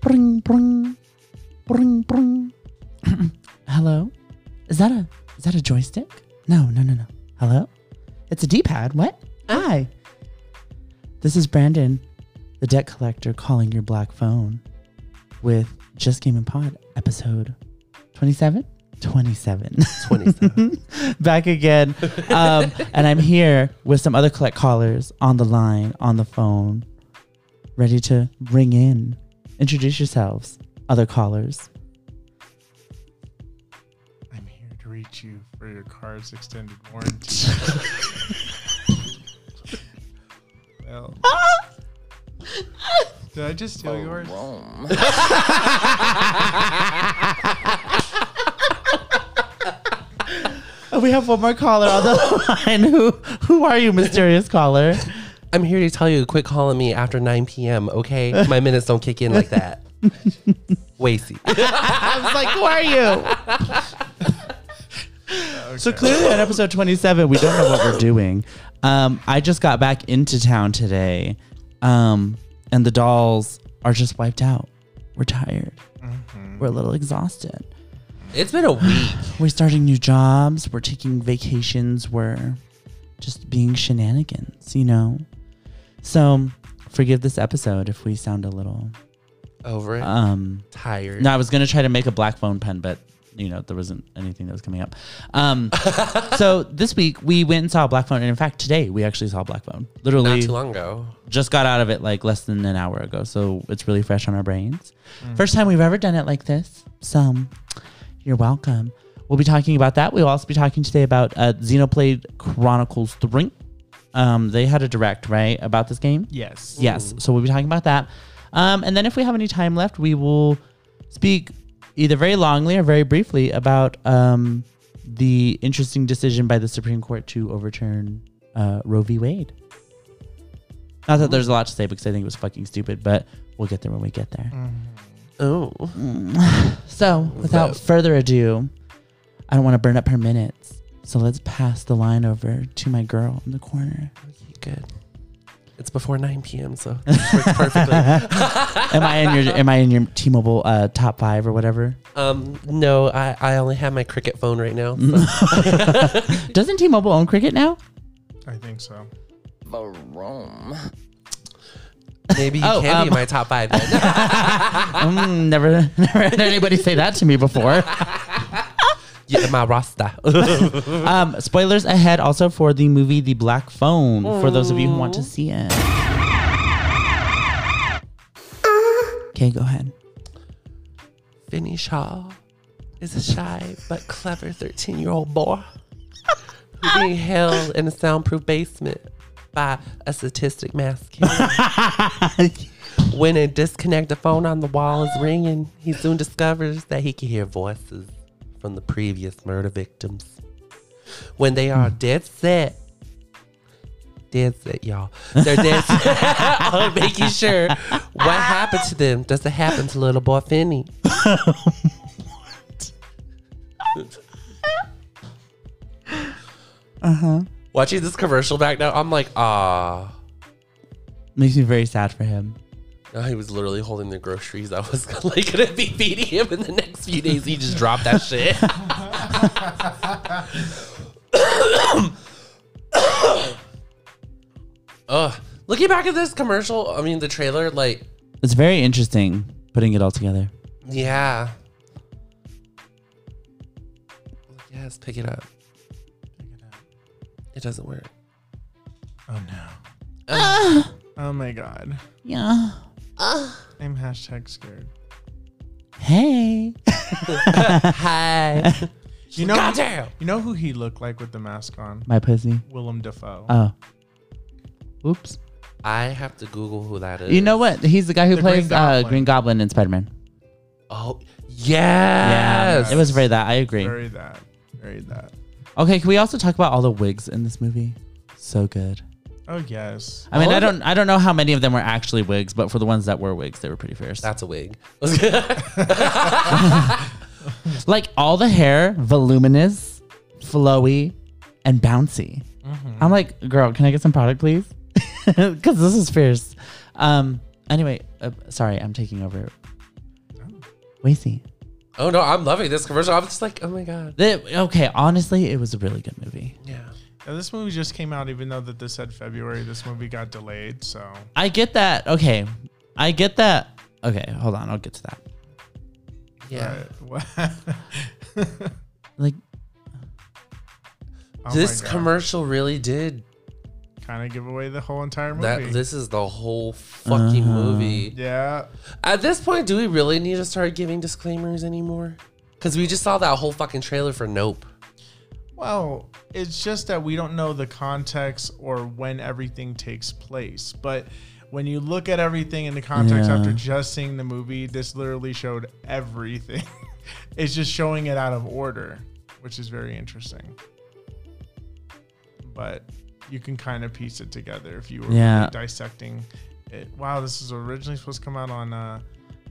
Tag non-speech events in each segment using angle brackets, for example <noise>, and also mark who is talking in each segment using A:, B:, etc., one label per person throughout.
A: Bring, bring, bring, bring. <clears throat> Hello? Is that a is that a joystick? No, no, no, no. Hello? It's a D-pad. What? Hi. This is Brandon, the debt collector calling your black phone with Just Game and Pod episode 27? 27. <laughs>
B: <laughs>
C: 27.
A: Back again. Um, and I'm here with some other collect callers on the line, on the phone, ready to ring in. Introduce yourselves, other callers.
B: I'm here to reach you for your car's extended warranty. <laughs> well. Did I just steal yours?
A: Oh, we have one more caller on the <laughs> line. Who who are you, mysterious caller?
C: I'm here to tell you, quit calling me after 9 p.m. Okay, my minutes don't kick in like
A: <laughs>
C: that. Wasty.
A: I was like, who are you? So clearly, on episode twenty-seven, we don't know what we're doing. Um, I just got back into town today, um, and the dolls are just wiped out. We're tired. We're a little exhausted.
C: It's been a week.
A: We're starting new jobs. We're taking vacations. We're just being shenanigans, you know. So, forgive this episode if we sound a little
C: Over it.
A: um
C: Tired.
A: No, I was gonna try to make a black phone pen, but you know there wasn't anything that was coming up.
C: <laughs>
A: Um, so this week we went and saw black phone, and in fact today we actually saw black phone.
C: Not
A: Literally
C: too long ago.
A: just got out of it like less than an hour ago, so it's really fresh on our brains.
C: Mm.
A: First time we've ever done it like this. So you're welcome. We'll be talking about that. We'll also be talking today about uh, Xenoblade Chronicles Three. Um, they had a direct right about this game.
B: Yes.
A: Yes. So we'll be talking about that. Um, and then if we have any time left, we will speak either very longly or very briefly about um, the interesting decision by the Supreme Court to overturn uh, Roe v. Wade. Not that there's a lot to say because I think it was fucking stupid, but we'll get there when we get there.
C: Oh.
A: So without further ado, I don't want to burn up her minutes. So let's pass the line over to my girl in the corner.
C: Good. It's before 9 p.m., so it
A: <laughs>
C: works perfectly.
A: Am I in your Am I in your T-Mobile uh, top five or whatever?
C: Um, no, I, I only have my cricket phone right now.
A: <laughs>
C: so-
A: Doesn't T-Mobile own Cricket
B: <laughs>
A: now?
B: I think so.
C: Maybe you
A: Oh,
C: can
A: um,
C: be my top
A: <laughs>
C: five then.
A: Mm, never, never had anybody say that to me before.
C: yeah, my <laughs> Rasta.
A: Um, spoilers ahead also for the movie The Black Phone for those of you who want to see it. Okay, go ahead. <laughs>
C: Vinny Shaw is a shy but clever 13 year old boy who's being held in a soundproof basement by a statistic mask when a disconnected phone on the wall is ringing, he soon discovers that he can hear voices from the previous murder victims. When they are dead set, dead set, y'all. They're dead set <laughs> on making sure what happened to them doesn't happen to little boy Finney.
A: Uh huh.
C: Watching this commercial back now, I'm like, ah.
A: Makes me very sad for him.
C: No, Uh, he was literally holding the groceries. I was <laughs> like gonna be feeding him in the next few days. He just dropped that shit. <coughs> Ugh. Looking back at this commercial, I mean the trailer, like,
A: It's very interesting putting it all together.
C: yeah. Yes, pick it up. It doesn't work.
B: Oh no. Oh my god.
A: Yeah.
B: I'm hashtag scared.
A: Hey.
C: Hi.
B: You know,
C: Goddamn.
B: you know who he looked like with the mask on?
A: My pussy.
B: Willem Dafoe.
A: Oh. Oops.
C: I have to Google who that is.
A: You know what? He's the guy who
B: The Green
A: plays uh,
B: Goblin.
A: Green Goblin in Spider-Man.
C: Oh yes.
A: Yeah. It was very that. I agree.
B: Very that. Very that.
A: Okay, can we also talk about all the wigs in this movie? So good.
B: Oh yes.
A: I mean,
C: All
A: I
C: of
A: don't, I don't know how many of them were actually wigs, but for the ones that were wigs, they were pretty fierce.
C: That's a wig. <laughs>
A: Like all the hair, voluminous, flowy, and bouncy.
C: Mm-hmm.
A: I'm like, girl, can I get some product, please? <laughs> Because this is fierce. Um. Anyway, uh, sorry, I'm taking over Wacy.
C: Oh no, I'm loving this commercial. I'm just like, oh my god.
A: The- okay, honestly, it was a really good movie.
C: Yeah.
B: Now, this movie just came out, even though that this said February. This movie got delayed, so
A: I get that. Okay, I get that. Okay, hold on, I'll get to that.
C: Yeah.
B: uh, what-
A: Like,
B: <laughs> Oh
C: this
B: my God.
C: commercial really did
B: kind of give away the whole entire movie.
C: that. This is the whole fucking
A: Uh-huh.
C: movie.
B: yeah,
C: At this point, do we really need to start giving disclaimers anymore? Because we just saw that whole fucking trailer for Nope.
B: Well, it's just that we don't know the context or when everything takes place. But when you look at everything in the context
A: Yeah.
B: after just seeing the movie, this literally showed everything. <laughs> it's just showing it out of order, which is very interesting. But you can kind of piece it together if you were really
A: Yeah.
B: dissecting it. Wow, this is originally supposed to come out on uh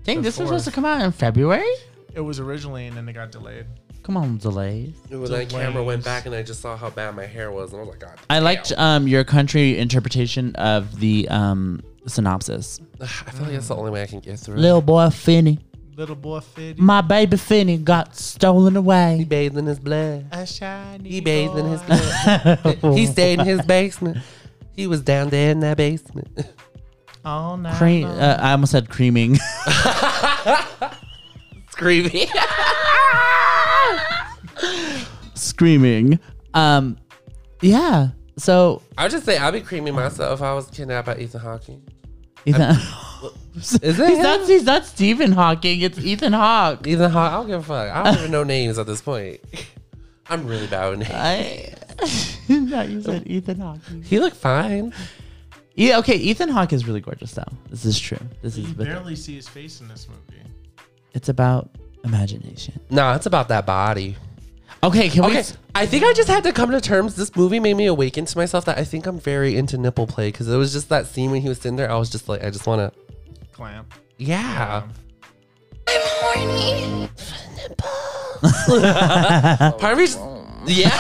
A: dang,
B: The
A: this was supposed to
B: fourth.
A: come out in February.
B: it was originally and then it got delayed.
A: Come on, delays.
C: When that
B: Delays.
C: camera went back and I just saw how bad my hair was, and I was like, God.
A: I liked um your country interpretation of the um synopsis.
C: <sighs> I feel like that's the only way I can get through.
A: Little boy Finny,
B: Little boy fitty.
A: my baby Finny got stolen
C: He
A: away.
C: bathed in his blood.
B: A shiny
C: He bathed in his
A: <laughs>
B: boy.
C: <laughs> blood. he stayed in his <laughs> basement. He was down there in that basement.
B: all night.
A: Cream,
B: long.
A: uh, I almost said creaming. <laughs>
C: Screaming.
A: Screaming. Um, yeah. So
C: I would just say I'd be creaming myself if I was kidnapped by Ethan Hawking.
A: Ethan, <laughs>
C: Is
A: he's not he's not Stephen Hawking. It's Ethan Hawke.
C: Ethan Hawke? I don't give a fuck. I don't even know names at this point. <laughs> I'm really bad with names.
A: <laughs> I thought you said Ethan Hawking.
C: He looked fine.
A: Yeah. Okay. Ethan Hawke is really gorgeous, though. This is true. This is
B: You
A: with-
B: barely see his face in this movie.
A: it's about imagination.
C: Nah, it's about that body.
A: Okay. Can we?
C: Okay, I think I just had to come to terms. This movie made me awaken to myself that I think I'm very into nipple play because it was just that scene when he was sitting there. I was just like, I just want to.
B: Clamp.
C: Yeah.
B: Um,
D: I'm horny.
C: Part of me just- yeah.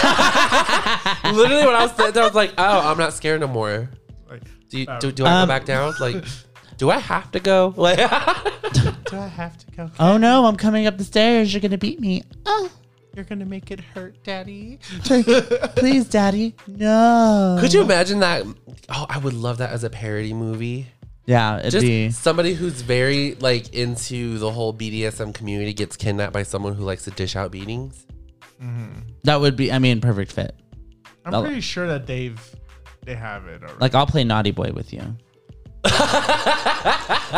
C: <laughs> Literally, when I was sitting there, I was like, oh, I'm not scared no more.
B: like,
C: Do, you,
B: Um,
C: do, do I
A: Um,
C: go back down? Like, do I have to go? Like, <laughs>
B: do I have to go?
A: Oh no! I'm coming up the stairs. You're gonna beat me. Oh,
B: You're gonna make it hurt, Daddy.
A: please, Daddy. No.
C: could you imagine that? Oh, I would love that as a parody movie.
A: Yeah. It'd
C: just
A: be.
C: somebody who's very like into the whole BDSM community gets kidnapped by someone who likes to dish out beatings.
A: That would be. I mean, perfect fit.
B: I'm
A: Well-
B: pretty sure that they've they have it already.
A: Like I'll play naughty boy with <laughs> you. but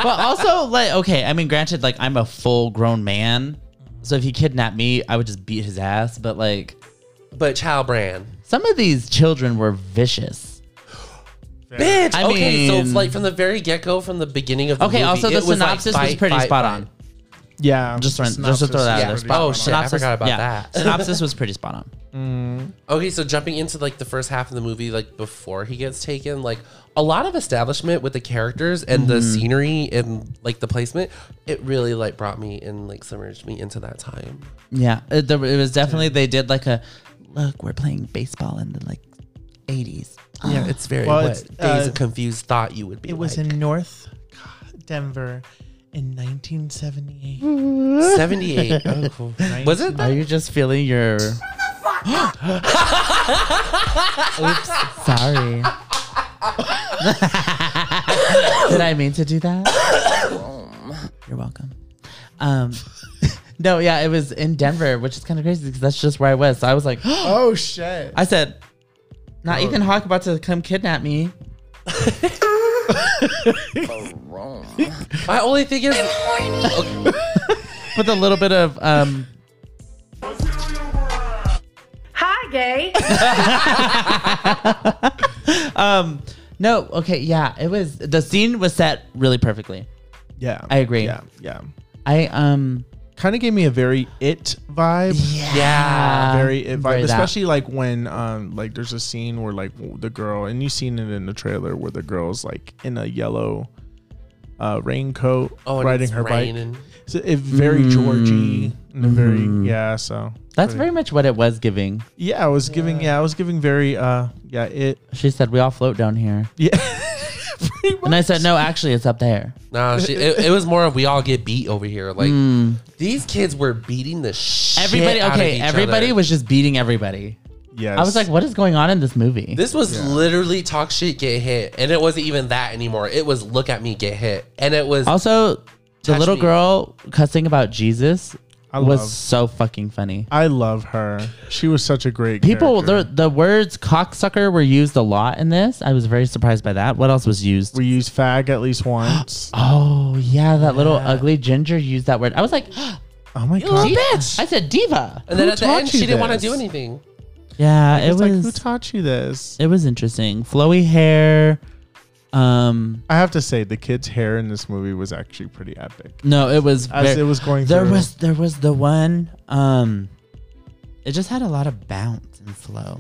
A: also like okay, I mean granted like I'm a full grown man. So if he kidnapped me, I would just beat his ass, but like
C: But child brand.
A: some of these children were vicious.
B: Fair.
C: Bitch.
A: I
C: okay, so
A: mean-
C: like from the very get go, from the beginning of the
A: Okay,
C: movie,
A: also the
C: it was, like,
A: synopsis was
C: fight,
A: pretty
C: fight,
A: spot
C: fight.
A: on.
B: Yeah.
A: Just
B: the
A: run- just to throw that
B: synopsis is
A: out there.
B: pretty
A: Spot-
C: Oh,
B: spot
C: shit. I forgot about that.
A: synopsis was pretty spot on.
C: Okay, so jumping into like the first half of the movie, like before he gets taken, like a lot of establishment with the characters and the
A: Mm-hmm.
C: scenery and like the placement, it really like brought me and like submerged me into that time.
A: Yeah, it, there- it was definitely they did like a look, we're playing baseball in the like 80s.
C: Yeah, it's very
B: Well,
C: what
B: it's,
C: Days
B: uh,
C: of Confused thought you would be. like.
B: North Denver in 1978.
A: Hmm.
B: <laughs>
C: 78. Oh, cool. Was it?
A: Are you just feeling your <gasps> Oops, sorry. <laughs> Did I mean to do that?
C: <coughs>
A: You're welcome. Um <laughs> No, yeah, it was in Denver, which is kind of crazy because that's just where I was. So I was like,
B: Oh shit.
A: I said, not
C: Oh.
A: Ethan Hawke about to come kidnap me.
C: <laughs> My only thing is,
D: Horny.
A: <laughs> With a little bit of um
E: Hi, gay.
A: um no, okay, yeah, it was the scene was set really perfectly.
B: yeah.
A: I agree.
B: Yeah. Yeah.
A: I um
B: Kind of gave me a very it vibe.
C: yeah.
B: Uh, very it vibe,
A: Uh, very that.
B: especially like when um like there's a scene where like w- the girl and you've seen it in the trailer where the girl's like in a yellow uh raincoat
C: Oh, and
B: riding
C: it's
B: her
C: raining.
B: bike so it very georgie and a very yeah so
A: That's very much what it was giving.
B: yeah i was giving yeah i was giving very uh yeah it
A: She said, "We all float down here."
B: yeah <laughs> Pretty much.
A: And I said, no, actually, it's up there.
B: <laughs>
C: Nah, she, it, it was more of we all get beat over here. Like
B: Hmm.
C: these kids were beating the shit.
A: Everybody,
C: out of
A: okay,
C: each
A: everybody
C: other.
A: was just beating everybody.
B: yes.
A: I was like, what is going on in this movie?
C: This was literally talk shit, get hit, and it wasn't even that anymore. It was look at me, get hit, and it
B: Oh,
C: was
A: also, the
C: Touch
A: little
C: me.
A: girl cussing about Jesus
B: I
A: was
B: love-
A: so fucking funny.
B: I love her. She was such a great
A: People, the,
B: character.
A: the words cocksucker were used a lot in this. I was very surprised by that. What else was used?
B: We used fag at least
A: <gasps>
B: once.
A: Oh, yeah, that little ugly ginger used that word. I was like, <gasps>
B: Oh my
C: little
B: god.
A: "Diva."
C: bitch.
A: I said diva.
C: and then
B: who
C: at the
B: taught
C: end she
B: you
C: didn't want to
B: this?
C: do anything.
A: Yeah, it
B: It's
A: was.
B: like who taught you this?
A: it was interesting. Flowy hair. Um,
B: I have to say the kid's hair in this movie was actually pretty epic.
A: No, it was
B: As
A: ver-
B: it was going
A: There
B: through.
A: was there was the one. Um, it just had a lot of bounce and flow.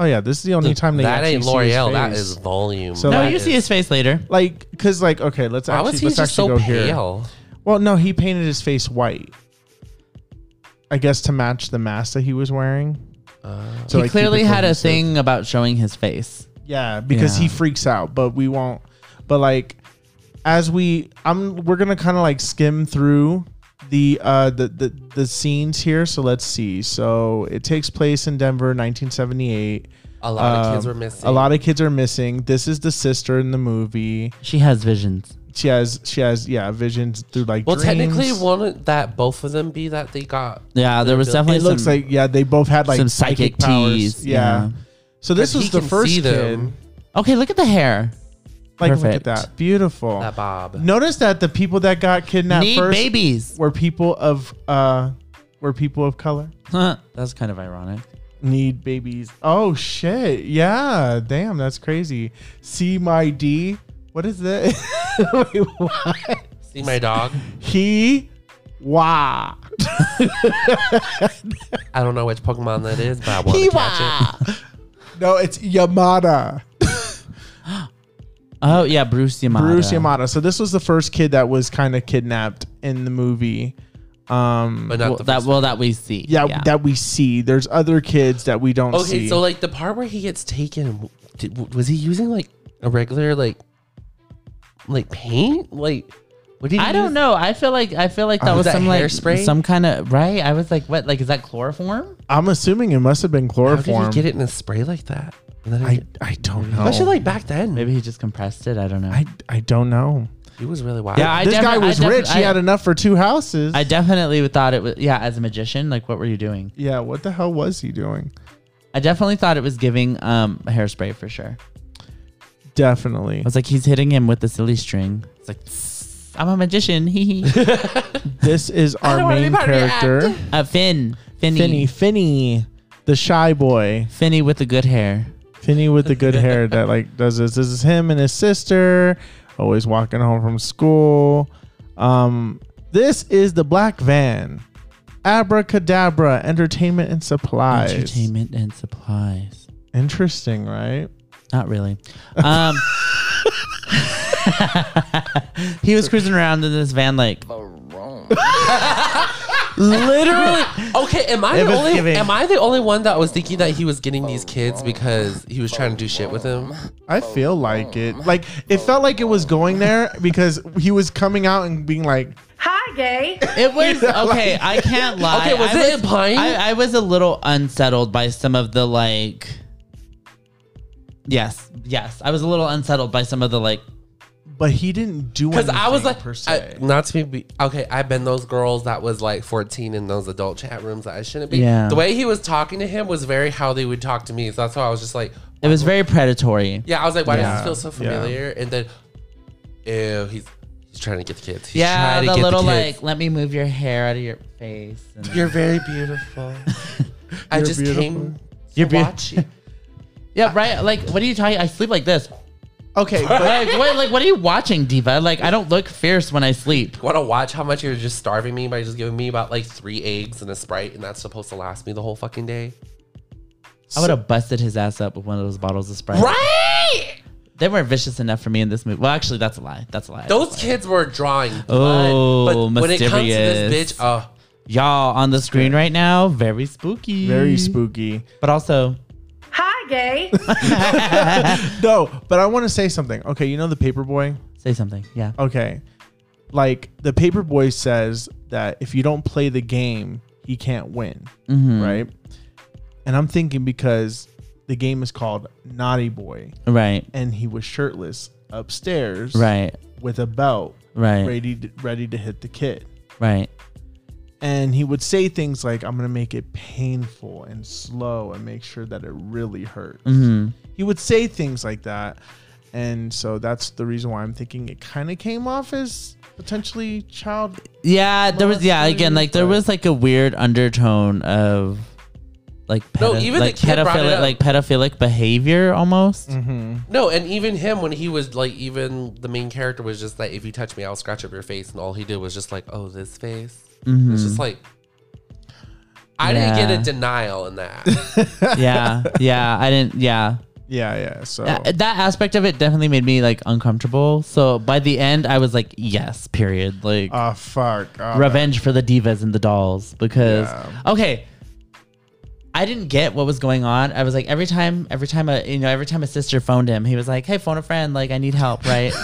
B: Oh yeah, this is the only time they
C: that
B: actually
C: ain't
B: see his
C: L'Oreal. That
B: face.
C: is volume.
B: So
A: No,
C: That
B: like-
A: you
C: is-
A: see his face later.
B: like because like okay, let's
C: Why
B: actually
C: was he
B: let's
C: just
B: actually
C: so
B: go here.
C: pale?
B: Well, no, he painted his face white. I guess to match the mask that he was wearing. so
C: Uh,
A: he
B: like, keep
A: clearly
B: it
A: had a
B: cohesive.
A: thing about showing his face.
B: Yeah, because he
A: Yeah.
B: freaks out, but we won't. But like, as we, I'm, we're gonna kind of like skim through the uh the, the the scenes here. So let's see. So it takes place in Denver, 1978.
C: A lot of kids
B: Um,
C: were missing.
B: A lot of kids are missing. This is the sister in the movie.
A: She has visions.
B: She has she has yeah visions through like.
C: Well, technically,
B: dreams.
C: wouldn't that both of them be that they got?
A: Yeah, there was
C: It
A: definitely
B: It looks
A: some-
B: like yeah they both had like
A: some
B: psychic,
A: psychic
B: powers.
A: teas,
B: Yeah.
A: yeah.
B: So this
C: 'Cause
B: was
C: he
B: the
C: can
B: first
C: see
B: kid.
C: them.
A: okay. Look at the hair.
B: Like
A: Perfect.
B: look at that, beautiful.
C: That Bob.
B: Notice that the people that got kidnapped
A: Need
B: first
A: babies.
B: were people of uh were people of color.
A: Huh, That's kind of ironic.
B: Need babies. Oh shit. Yeah. Damn, that's crazy. See my D. What is that? <laughs> Wait, what?
C: See my dog.
B: He wah.
C: I don't know which Pokemon that is, but I want to catch it.
B: <laughs> No, it's Yamada.
A: Oh yeah, Bruce Yamada.
B: Bruce Yamada. So this was the first kid that was kind of kidnapped in the movie. Um
C: But not
A: Well,
C: the
A: that
C: first.
A: well that we see.
B: yeah, that we see. There's other kids that we don't
C: okay,
B: see.
C: so like the part where he gets taken, did, was he using like a regular like like paint? Like what did he
A: I don't
C: use?
A: know. I feel like I feel like that
C: Oh,
A: was
C: that
A: some like
C: hairspray?
A: some kind of right. I was like, what? Like is that chloroform?
B: I'm assuming it must have been
C: How did
B: chloroform.
C: he get it in a spray like that? And then
B: I,
C: he-
B: I don't know.
C: especially like back then, maybe
A: Maybe he just compressed it. I don't know.
B: I, I don't know.
C: he was really wild.
A: Yeah, I-
B: this
A: defi-
B: guy was
A: defi-
B: rich. he
A: I-
B: had enough for two houses.
A: I definitely thought it was yeah, as a magician, like what were you doing?
B: yeah, what the hell was he doing?
A: I definitely thought it was giving um hairspray for sure.
B: Definitely.
A: I was like, he's hitting him with the silly string. It's like "Tss, I'm a magician. <laughs> Hee hee.
B: This is our main character,
A: Uh, Finn. Finny. Finny.
B: Finny. Finny, the shy boy.
A: Finny with the good hair.
B: Finny with the good hair that
C: <laughs>
B: like does this. This is him and his sister, always walking home from school. Um, this is the black van, Abracadabra Entertainment and Supplies.
A: Entertainment and supplies.
B: Interesting, right?
A: Not really. Um <laughs> He was cruising around in this van like
C: <laughs>
A: literally
C: <laughs> Okay, am I
B: It
C: the
B: was
C: only
B: giving-
C: am I the only one that was thinking that he was getting these kids because he was trying to do shit with them?
B: I feel like it.
C: oh,
B: Like it felt like it was going there because he was coming out and being like,
E: Hi, gay.
A: It was
C: <laughs>
A: okay. I can't lie.
C: Okay, was
A: I
C: it implying?
A: I, I was a little unsettled by some of the like. Yes, yes, I was a little unsettled by some of the like.
B: but he didn't do
C: Because
B: anything.
C: I was like,
B: per
C: I-
B: se.
C: not to be okay. I've been those girls that was like 14 in those adult chat rooms that I shouldn't be.
A: Yeah.
C: The way he was talking to him was very how they would talk to me. So that's why I was just like,
A: It was very predatory.
C: yeah, I was like, why does
B: Yeah,
C: this feel so
B: yeah.
C: familiar? And then, ew, he's he's trying to get the kids. He's
A: Yeah,
C: trying to
A: the
C: get
A: little
C: kids.
A: like, let me move your hair out of your face. And
C: You're very beautiful. I
B: You're
C: just
B: beautiful.
C: came. to
A: You're beau-
C: watch you.
A: yeah, right. Like, what are you talking? I sleep like this.
B: okay,
A: <laughs>
B: but
A: Like, what? Like, what are you watching, Diva? Like, I don't look fierce when I sleep.
C: Want to watch how much you're just starving me by just giving me about like three eggs and a sprite, and that's supposed to last me the whole fucking day?
A: I would have busted his ass up with one of those bottles of Sprite.
C: Right?
A: They weren't vicious enough for me in this movie. Well, actually, that's a lie. That's a lie.
C: Those kids were drawing blood.
A: Oh,
C: but when it comes to this
A: mysterious.
C: bitch, uh,
A: Y'all on the screen right now, very spooky.
B: very spooky.
A: But also,
E: Hi, Hi, gay.
B: No, but I want to say something. Okay, you know the paper boy?
A: Say something. Yeah.
B: Okay. Like the paper boy says that if you don't play the game, he can't win.
A: Mhm.
B: Right? And I'm thinking because the game is called Naughty Boy
A: Right.
B: and he was shirtless upstairs
A: Right.
B: with a belt
A: Right.
B: ready to, ready to hit the kid.
A: Right.
B: and he would say things like i'm gonna make it painful and slow and make sure that it really hurts
A: Mhm.
B: he would say things like that and so that's the reason why i'm thinking it kind of came off as potentially child
A: Yeah, there was yeah, again like there was like a weird undertone of like
C: No,
A: pedo-
C: even the
A: like
C: kid brought it
A: pedophilic
C: up.
A: like pedophilic behavior almost.
C: No, and even him when he was like, even the main character was just like, if you touch me, I'll scratch up your face, and all he did was just like, oh, this face. It's just like, I didn't
A: Mm-hmm. Yeah.
C: get a denial in that.
A: <laughs>
C: <laughs>
A: Yeah. Yeah, I didn't yeah.
B: yeah yeah so
A: Uh, that aspect of it definitely made me like uncomfortable. So by the end, I was like, yes, period. Like
B: oh fuck oh,
A: revenge for the divas and the dolls because
B: Yeah.
A: okay, I didn't get what was going on. I was like, every time, every time a you know, every time a sister phoned him, he was like, hey, phone a friend, like I need help, right?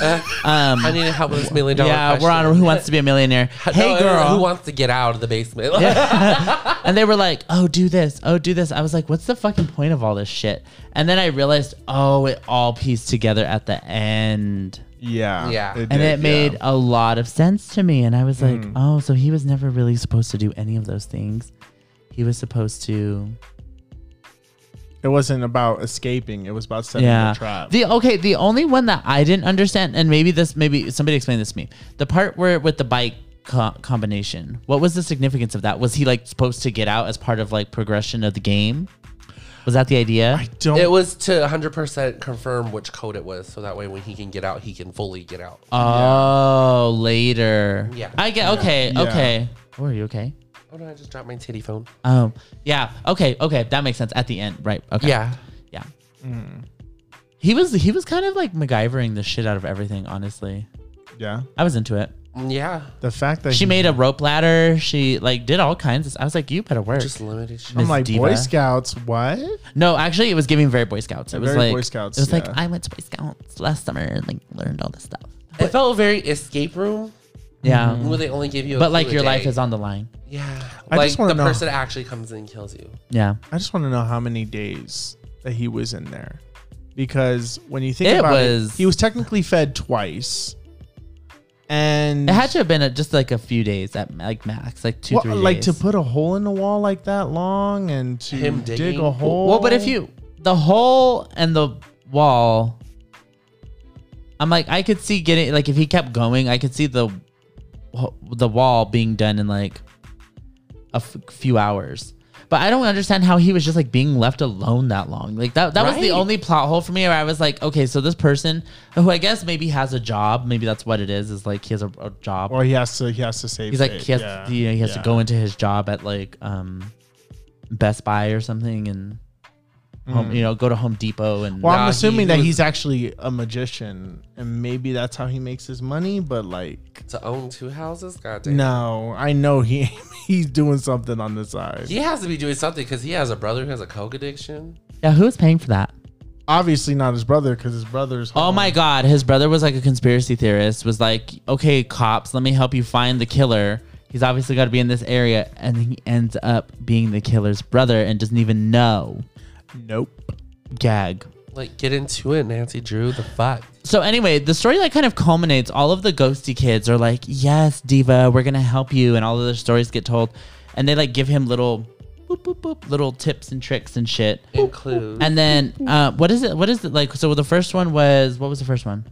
A: um,
C: I need help with this million dollar.
A: yeah,
C: question.
A: we're on Who
C: <laughs>
A: Wants to Be a Millionaire.
C: No,
A: Hey,
C: no, no,
A: girl.
C: who wants to get out of the
A: <laughs>
C: basement? <laughs>
A: Yeah. and they were like, "Oh, do this. Oh, do this." I was like, "What's the fucking point of all this shit?" And then I realized, "Oh, it all pieced together at the end."
B: yeah
C: Yeah.
B: did,
A: And it made
B: yeah.
A: a lot of sense to me, and I was like,
C: Hmm.
A: "Oh, so he was never really supposed to do any of those things. He was supposed to
B: it wasn't about escaping it was about setting
A: yeah.
B: the trap
A: The okay, the only one that I didn't understand, and maybe this, maybe somebody explain this to me. The part where with the bike co- combination, what was the significance of that? Was he like supposed to get out as part of like progression of the game? Was that the idea?
B: i don't
C: It was to 100% confirm which code it was, so that way when he can get out, he can fully get out.
A: oh, later.
C: Yeah.
A: I get. Okay.
B: Yeah.
A: Okay. Oh, are you okay?
C: Oh no, I just dropped my titty phone.
A: Um. Yeah. Okay. Okay. That makes sense. At the end, right? Okay.
C: Yeah.
A: Yeah.
B: Mm.
A: He was he was kind of like MacGyvering the shit out of everything. Honestly,
B: yeah
A: I was into it.
C: Mm, Yeah.
B: the fact that
A: She made a rope ladder. She like did all kinds. Of, I was like, you better work.
C: Just limited shit.
B: i'm
A: Miss
B: like boy
A: Diva.
B: scouts what
A: no, actually, it was giving very Boy Scouts. It was
B: Very
A: like
B: Boy Scouts,
A: It was like
B: yeah.
A: I went to Boy Scouts last summer and like learned all this stuff.
C: It felt very escape room
A: Yeah,
C: where they only give you a
A: Um, but like
C: clue a
A: your life
C: day.
A: is on the line.
C: Yeah.
B: I
C: like
B: just wanna
C: the
B: know-
C: person actually comes in and kills you.
A: Yeah,
B: I just want to know how many days that he was in there, because when you think
A: It
B: about
A: was-
B: it, he was technically fed twice, and
A: it had to have been a, just like a few days at like max, like two
B: Well,
A: three
B: like
A: days.
B: to put a hole in the wall like that long and to
C: Him
B: dig
C: digging.
B: a hole.
A: Well, but if you the hole and the wall, I'm like I could see getting like if he kept going, I could see the the wall being done in like a f- few hours. But I don't understand how he was just like being left alone that long. Like that that was the
C: Right.
A: only plot hole for me where I was like, okay, so this person who I guess maybe has a job, maybe that's what it is, is like he has a, a job.
B: or he has to, he has to save.
A: He's like
B: face.
A: he has
B: Yeah.
A: you know, he has
B: Yeah.
A: to go into his job at like um Best Buy or something and
B: Hmm.
A: home, you know go to Home Depot and
B: Well, I'm
C: Nah,
B: assuming
C: he
B: that
C: was-
B: he's actually a magician, and maybe that's how he makes his money. But like,
C: To own two houses? God damn.
B: no, I know he <laughs> he's doing something on the side.
C: He has to be doing something because he has a brother who has a coke addiction.
A: yeah, who is paying for that?
B: Obviously not his brother, because his brother's.
A: Oh my God, his brother was like a conspiracy theorist. Was like, okay, cops, let me help you find the killer. He's obviously got to be in this area, and he ends up being the killer's brother and doesn't even know.
B: Nope.
A: Gag.
C: Like, get into it, Nancy Drew. The fuck.
A: So anyway, the story like kind of culminates. All of the ghosty kids are like, "Yes, diva, we're gonna help you," and all of their stories get told, and they like give him little, boop boop boop, little tips and tricks and shit.
C: Include.
A: And then uh, what is it? What is it like? So the first one was what was the first one?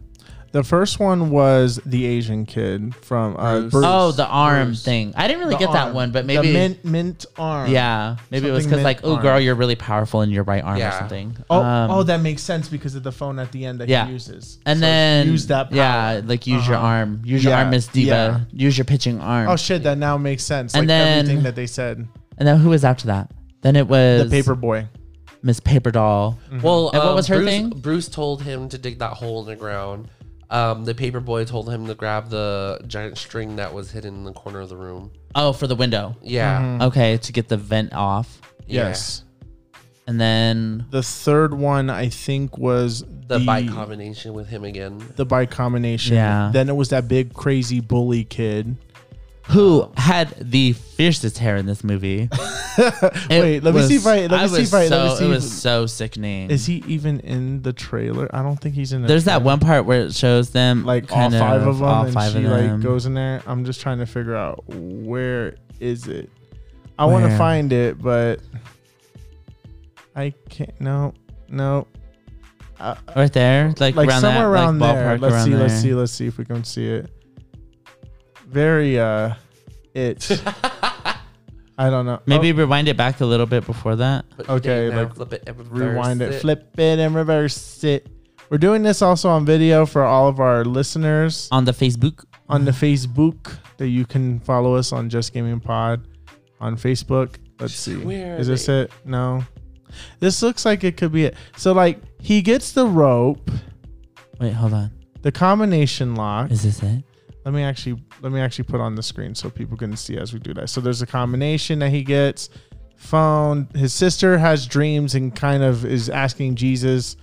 B: The first one was the Asian kid from uh,
C: Bruce.
B: Bruce.
A: Oh, the arm
B: Bruce.
A: thing. I didn't really
B: The
A: get that
B: arm.
A: one, but
B: the
A: maybe
B: mint mint arm.
A: yeah, maybe it was
B: Something
A: because like,
B: mint
A: oh girl,
B: arm.
A: you're really powerful in your right arm or
C: Yeah.
A: something.
B: Oh,
A: Um,
B: oh, that makes sense because of the phone at the end that
A: yeah.
B: he uses.
A: and
B: So
A: then
B: use that. Power.
A: yeah, like use your
B: Uh-huh.
A: arm, use your
B: Yeah,
A: arm, Miss Diva, use your pitching arm.
B: Oh shit, that now makes sense.
A: And
B: like
A: then-
B: everything that they said.
A: And then who was after that? Then it was
B: The paper Mm. boy.
A: Miss Paper Doll.
B: Mm-hmm.
C: Well,
A: And what
C: um,
A: was her
C: Bruce,
A: thing?
C: Bruce told him to dig that hole in the ground. Um, the paper boy told him to grab the giant string that was hidden in the corner of the room.
A: Oh, for the window.
B: Mm.
C: Yeah.
A: Okay, to get the vent off.
C: Yeah.
B: Mm-hmm. Yes.
A: and then
B: The third one, I think, was
C: The bite combination with him again.
B: The bike combination.
A: Yeah.
B: Then it was that big crazy bully kid.
A: who had the fiercest hair in this
B: <laughs>
A: movie?
B: Wait, let me see if I- let me see
A: was
B: if I- let
A: So,
B: me see
A: it
B: if-
A: was so sickening.
B: Is he even in the trailer? I don't think he's in. The
A: There's that
B: trailer.
A: one part where it shows them
B: like all
A: kind
B: five of them,
A: all
B: and
A: five
B: she
A: of them.
B: like goes in there. I'm just trying to figure out where is it. I want to
A: Where?
B: find it, but I can't. No, no. Uh,
A: right there, like,
B: like
A: around
B: somewhere
A: that,
B: around
A: like
B: there.
A: ballpark
B: Let's
A: around
B: see.
A: there.
B: Let's see. Let's see if we can see it. Very uh,
A: <laughs>
B: it. I don't know.
A: Maybe rewind it back a little bit before that.
C: Put
B: Okay,
C: it down,
B: like,
C: flip it and reverse
B: Oh, rewind it, flip it, and reverse it. We're doing this also on video for all of our listeners
A: On the Facebook,
B: on the Facebook that you can follow us on Just Gaming Pod on Facebook. Let's see.
C: Where
B: Is
C: are
B: this
C: they?
B: it? No. This looks like it could be it. So like he gets the rope,
A: wait, hold on.
B: the combination lock.
A: Is this it?
B: Let me actually let me actually put on the screen so people can see as we do that. So there's a combination that he gets. Phone. His sister has dreams and kind of is asking Jesus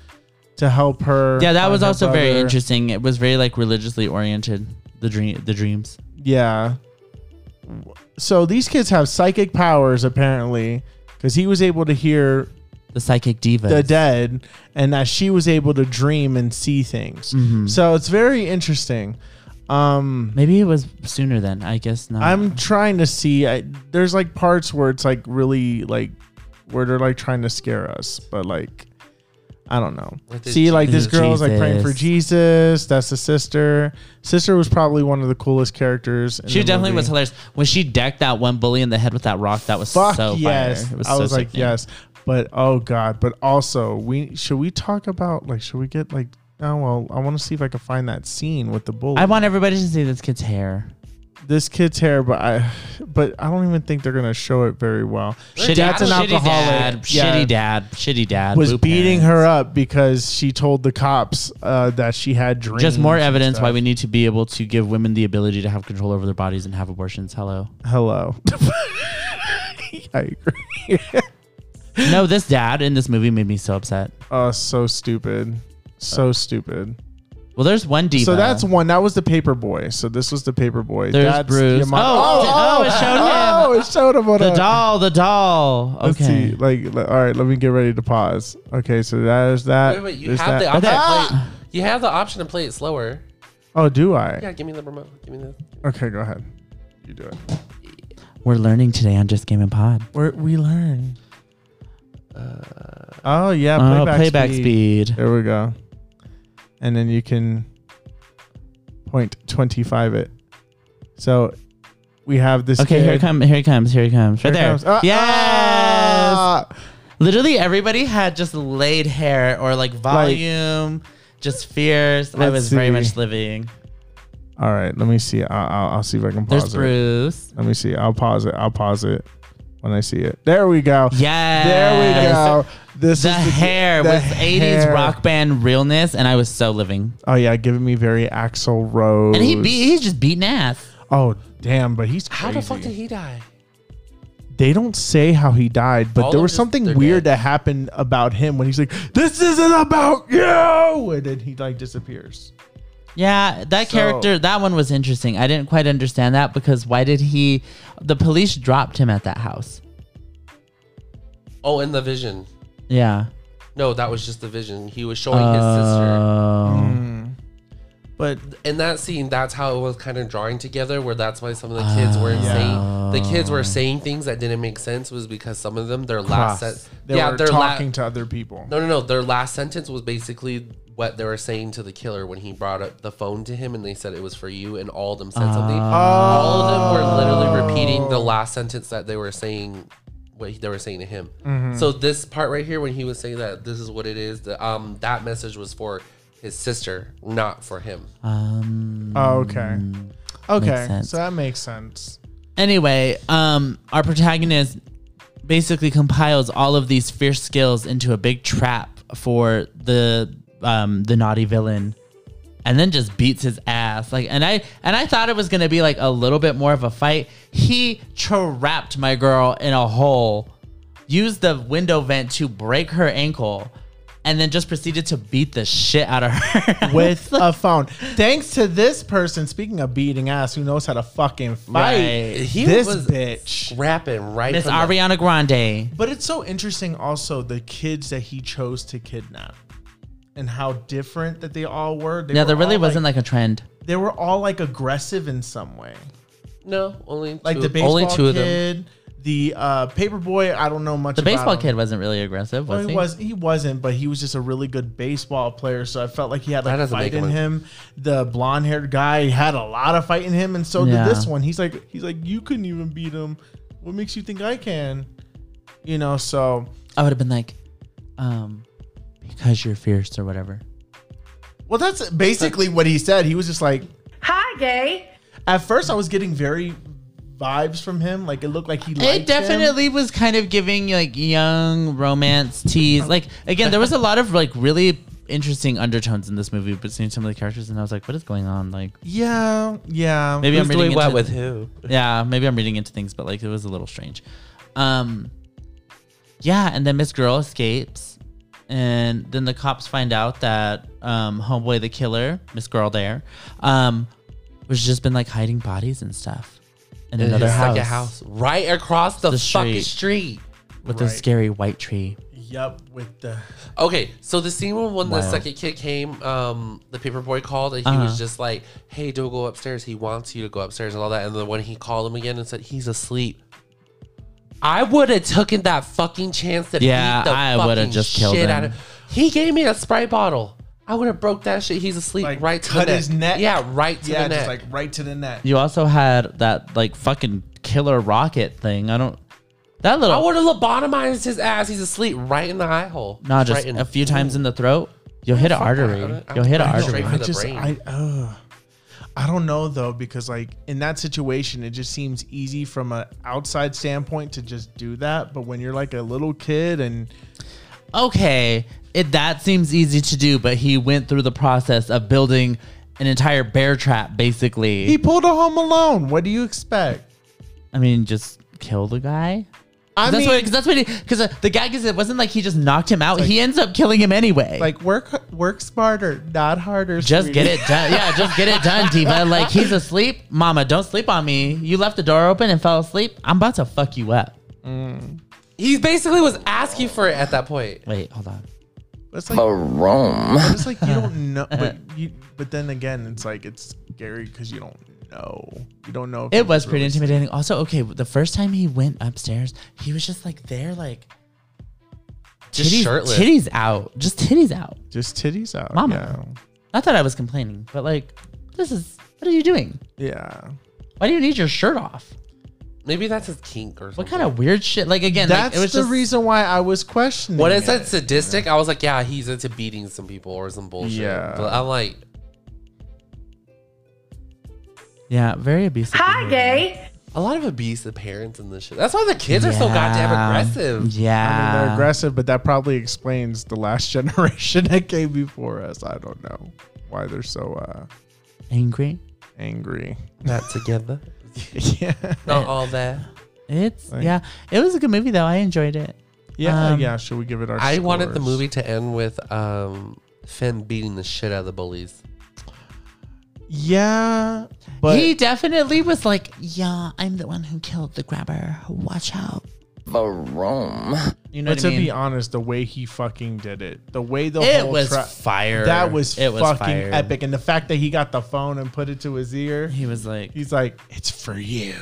B: to help her.
A: Yeah, that
B: find
A: was
B: her
A: also very
B: brother.
A: interesting. It was very like religiously oriented. The dream, the dreams.
B: Yeah. So these kids have psychic powers apparently, because he was able to hear
A: The psychic divas.
B: the dead, and that she was able to dream and see things. So it's very interesting. Um,
A: Maybe it was sooner then. I guess not.
B: I'm trying to see. I, there's like parts where it's like really like where they're like trying to scare us, but like I don't know.
C: Like the
B: See, like this
A: Jesus.
B: girl's like praying for
A: Jesus.
B: Jesus. That's the sister. Sister was probably one of the coolest characters. In
A: She
B: the
A: definitely
B: movie.
A: was hilarious when she decked that one bully in the head with that rock. That was
B: Fuck
A: so
B: yes.
A: fire. It
B: I
A: so
B: was like,
A: sickening.
B: yes. But oh god. But also, we should we talk about like should we get like oh well, I want to see if I can find that scene with the bully.
A: I want everybody to see this kid's hair.
B: this kid's hair, but I but I don't even think they're gonna show it very well.
A: Shitty,
B: Dad's an
A: shitty
B: alcoholic.
A: Dad,
B: Yeah.
A: Shitty dad. Shitty dad.
B: Was
A: Boo
B: beating
A: parents.
B: her up because she told the cops uh, that she had dreams.
A: Just more
B: and
A: evidence why
B: stuff.
A: we need to be able to give women the ability to have control over their bodies and have abortions. Hello.
B: Hello. <laughs> I agree.
A: No, this dad in this movie made me so upset.
B: oh, so stupid. So stupid.
A: Well, there's one diva.
B: So that's one. That was the paper boy. So this was the paper boy.
A: There's
B: that's
A: Bruce.
B: Yama-
A: Oh, oh, it showed him.
B: Oh, it showed him what
A: the
B: up.
A: doll. The doll.
B: Let's
A: Okay.
B: see. Like, le- all right, let me get ready to pause. Okay, so there's that.
C: Wait, wait, you
B: there's
C: have the
B: that.
C: option.
B: Ah!
C: To play, you have the option to play it slower.
B: Oh, do I?
C: Yeah, give me the remote. Give me the.
B: Okay, go ahead. You do it.
A: We're learning today on Just Game and Pod.
B: Where we learn. oh yeah,
A: Oh,
B: playback,
A: playback
B: speed.
A: speed.
B: There we go. And then you can point twenty five it. So we have this.
A: Okay, here
B: kid.
A: it comes. Here it comes. Here it comes. Right
B: Here it
A: there.
B: comes. Ah,
A: yes.
B: ah!
A: Literally everybody had just laid hair or like volume, just fierce. I
B: Let's
A: was very
B: see.
A: much living.
B: All right, let me see. I'll, I'll, I'll see if I can
A: There's
B: pause it.
A: Bruce.
B: Let me see. I'll pause it. I'll pause it when I see it. There we go.
A: Yes.
B: There we go. This
A: The
B: is
A: hair
B: the
A: was 80s
B: hair.
A: rock band realness, and I was so living.
B: Oh yeah, giving me very Axel Rose.
A: And he beat, he's just beating ass.
B: Oh damn, but he's crazy.
C: How the fuck did he die?
B: They don't say how he died, but
C: All
B: there
C: of
B: was
C: his-
B: something
C: they're
B: weird
C: dead.
B: that happened about him when he's like, "This isn't about you," and then he like disappears.
A: Yeah, that
B: So-
A: character, that one was interesting. I didn't quite understand that because why did he? The police dropped him at that house.
C: Oh, in the vision.
A: Yeah.
C: No, that was just the vision. He was showing
B: Uh,
A: Oh.
C: Hmm.
B: But
C: his sister. In that scene, that's how it was kind of drawing together, where that's why some of the kids were
B: Ah.
C: saying the kids were saying things that didn't make sense was because some of them their last set,
B: they
C: yeah,
B: were
C: their la-
B: talking to other people.
C: no, no, no, their last sentence was basically what they were saying to the killer when he brought up the phone to him, and they said it was for you, and all of them said something.
B: Ah.
C: All of them were literally repeating the last sentence that they were saying, what he- they were saying to him.
B: Mm-hmm.
C: So this part right here, when he was saying that this is what it is, the, um, that message was for his sister, not for him.
A: Um,
B: Oh, okay. Okay.
A: sense.
B: So that makes <laughs> sense.
A: anyway, um, our protagonist basically compiles all of these fierce skills into a big trap for the um, the naughty villain, and then just beats his ass. Like, and I and I thought it was gonna be like a little bit more of a fight. He trapped my girl in a hole. used the window vent to break her ankle, and then just proceeded to beat the shit out of her
B: <laughs> with a phone. Thanks to this person, speaking of beating ass, who knows how to fucking fight.
A: Right.
C: He
B: This
C: was
B: bitch.
C: rapping right.
A: Miss
C: from the-
A: Ariana Grande.
B: But it's so interesting also the kids that he chose to kidnap and how different that they all were. They
A: Yeah,
B: were
A: there really
B: all,
A: wasn't like a trend.
B: like they were all like aggressive in some way.
C: no, only
B: Like
C: two,
B: the baseball
C: only two of them.
B: kid, the uh paper boy, I don't know much
A: The
B: about
A: baseball
B: him.
A: kid wasn't really aggressive, was
B: Well, Oh, he
A: he?
B: was he wasn't, but he was just a really good baseball player. So I felt like he had
C: That
B: like
C: doesn't
B: fight
C: make
B: in
C: him a-
B: him. The blonde haired guy had a lot of fight in him, and so
A: Yeah.
B: did this one. He's like he's like you couldn't even beat him. What makes you think I can? You know, so
A: I would have been like, um, because you're fierce or whatever.
B: well that's basically what he said. He was just like
E: Hi, gay.
B: at first I was getting very vibes from him. Like it looked like he liked
A: It definitely was kind of giving like young romance tease. Like again, there was a lot of like really interesting undertones in this movie between some of the characters, and I was like, what is going on? Like
B: Yeah, yeah.
A: maybe
C: Who's
A: I'm reading
C: doing what
A: into-
C: with who?
A: yeah, maybe I'm reading into things, but like it was a little strange. Um, yeah, and then Miss Girl escapes, and then the cops find out that um, Homeboy the killer, Miss Girl there, um, was just been like hiding bodies and stuff in
C: In
A: another
C: his
A: house,
C: second house, right across the,
A: The
C: fucking
A: street.
C: street.
A: with a
B: Right.
A: scary white tree.
B: Yep, with the
C: Okay, so the scene when, when the
A: Wild.
C: second kid came, um, the paper boy called and he
A: Uh-huh.
C: was just like, "Hey, don't go upstairs. He wants you to go upstairs and all that." And then when he called him again and said he's asleep, I would have taken that fucking chance to
A: Yeah,
C: beat the
A: I
C: fucking
A: woulda just killed
C: shit out
A: him.
C: of- He gave me a sprite bottle. I would have broke that shit. He's asleep
B: Like,
C: right to
B: cut
C: the
B: his neck?
C: Yeah, right to
B: yeah,
C: the neck.
B: just like right to the neck.
A: You also had that like fucking killer rocket thing. I don't that
C: I
A: little
C: would have lobotomized his ass. He's asleep right in the eye hole.
A: no, just
C: Right in-
A: a few times in the throat. You'll hit an
C: fuck
A: artery.
C: that. I-
A: You'll hit an
C: I know,
A: artery.
C: right? for
B: I
C: the
B: just,
C: brain.
B: I, ugh. I don't know though because like in that situation, it just seems easy from an outside standpoint to just do that. But when you're like a little kid and
A: okay, it, that seems easy to do, but he went through the process of building an entire bear trap, basically.
B: he pulled a Home Alone, what do you expect?
A: I mean, just kill the guy.
B: I
A: that's
B: mean,
A: what, cause that's what, he- cause uh, the gag is it wasn't like he just knocked him out. he ends up killing him anyway.
B: like work work smarter, not harder.
A: just get
B: sweetie.
A: it done. Yeah, just get it done, Diva. Like he's asleep, Mama. Don't sleep on me. You left the door open and fell asleep. I'm about to fuck you up.
C: he basically was asking for it at that point.
A: Wait, hold on.
B: It's like but It's like you
A: <laughs>
B: don't know, but you. But then again, it's like it's scary because you don't know. You don't know. if
A: It
B: he's
A: was pretty
B: really-
A: intimidating. Also, okay, the first time he went upstairs, he was just like there, like
C: Just
A: titties,
C: shirtless.
A: titties out, just titties out.
B: Just titties out.
A: Mama. I thought I was complaining, but like, this is what are you doing?
B: Yeah. yeah.
A: Why do you need your shirt off?
C: Maybe that's his kink or something.
A: What kind of weird shit? Like again, like,
B: That's
A: it was
B: the
A: just,
B: reason why I was questioning.
C: When it said
B: it.
C: sadistic, I was like, yeah, he's into beating some people or some bullshit.
B: Yeah.
C: But I'm like,
A: Yeah, very abusive.
E: Hi,
A: behavior.
E: gay.
C: a lot of abusive parents in this shit. That's why the kids are so
A: Yeah.
C: goddamn aggressive.
B: I mean,
A: Yeah,
B: they're aggressive, but that probably explains the last <laughs> generation that came before us. I don't know why they're so uh,
A: angry.
B: angry. <laughs>
C: Not together.
B: yeah,
C: Not all that.
A: It's
B: Like-
A: yeah. It was a good movie though. I enjoyed it.
B: yeah,
A: Um,
B: yeah. Should we give it our?
C: I wanted the
B: scores?
C: movie to end with um, Finn beating the shit out of the bullies.
B: Yeah, but
A: he definitely was like, yeah, I'm the one who killed the grabber. Watch out. You know
B: but
A: what
B: to
A: I mean?
B: be honest, the way he fucking did it, the way the
A: it
B: whole
A: was
B: tra-
A: fire.
B: that was
A: it
B: fucking
A: fire.
B: epic, and the fact that he got the phone and put it to his ear,
A: He was like,
B: he's like, "It's for you."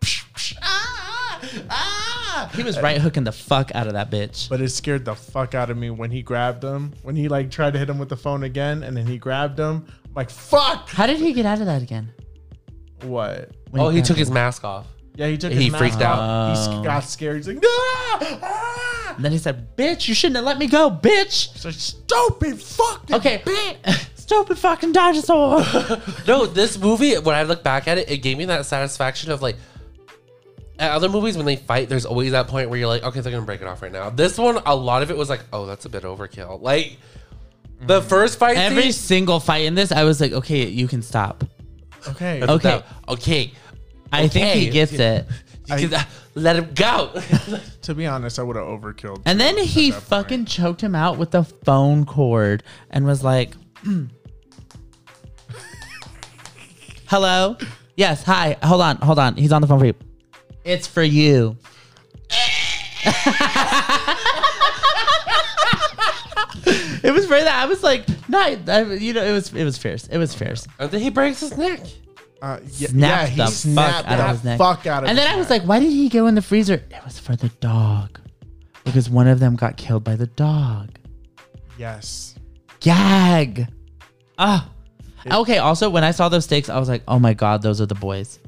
B: Psh, psh, ah, ah.
A: he was right hooking the fuck out of that bitch.
B: But it scared the fuck out of me when he grabbed him. When he like tried to hit him with the phone again, and then he grabbed him. I'm like fuck.
A: How did he get out of that again?
B: What?
A: When
C: oh, he
A: grabbed
C: took
A: him?
C: his mask off.
B: Yeah, he took.
C: He
B: his mask
C: freaked out.
B: off. He
A: Oh.
B: s- got scared. He's like, ah, ah!
A: And then he said, "Bitch, you shouldn't have let me go, bitch."
B: He's like, stupid fucking.
A: Okay, <laughs> stupid fucking dinosaur.
C: No, this movie, when I look back at it, it gave me that satisfaction of like, at other movies, when they fight, there's always that point where you're like, okay, they're gonna break it off right now. This one, a lot of it was like, oh, that's a bit overkill. Like, the
B: Mm.
C: first
A: <laughs>
C: fight
A: Every
C: scene-
A: single fight in this, I was like, "Okay, you can stop."
B: Okay.
A: Okay.
C: okay.
A: I think he
C: Okay.
A: gets it.
B: I,
C: let him
B: <laughs>
C: go. <laughs>
B: to be honest, I would have overkilled.
A: And then he fucking choked him out with a phone cord and was like, <clears throat> "Hmm. "Hello, yes, hi. Hold on, hold on. He's on the phone for you. It's for you." <laughs> it was for that. I was like, "No, I- you know, it was it was fierce. It was fierce."
C: and then he breaks his neck.
B: Uh, yeah,
A: Snapped
B: yeah,
A: the
B: he snapped
A: fuck out
B: the
A: of his neck.
B: Fuck out of
A: And then
B: his
A: I was
B: neck.
A: like, "Why did he go in the freezer?" It was for the dog, because one of them got killed by the dog.
B: yes.
A: gag. Ah. Okay. Also, when I saw those steaks, I was like, "Oh my god, those are the boys."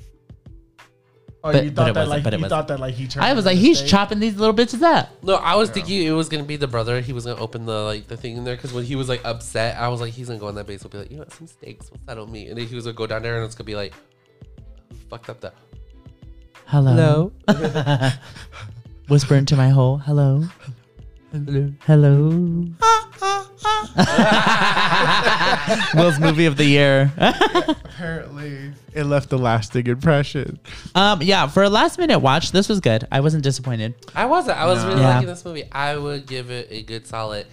B: Oh,
A: But-
B: you
A: but it
B: thought that
A: wasn't,
B: like
A: but it
B: you
A: wasn't.
B: thought that like he turned.
A: I was
B: him
A: like,
B: into
A: "He's
B: steak?
A: chopping these little bitches up."
C: No, I was thinking it was gonna be the brother. He was gonna open the like the thing in there because when he was like upset, I was like, he's gonna go in that basement, be like, you want some steaks? What's that on me? And then he was gonna go down there and it's gonna be like, who fucked up that?
A: Hello.
C: Hello.
A: Whisper into my hole. Hello. Hello. Hello. <laughs> Will's movie of the year. <laughs>
B: Apparently, it left a lasting impression.
A: um, yeah, for a last minute watch, this was good. I wasn't disappointed.
C: I wasn't. I was really
A: Yeah.
C: liking this movie. I would give it a good solid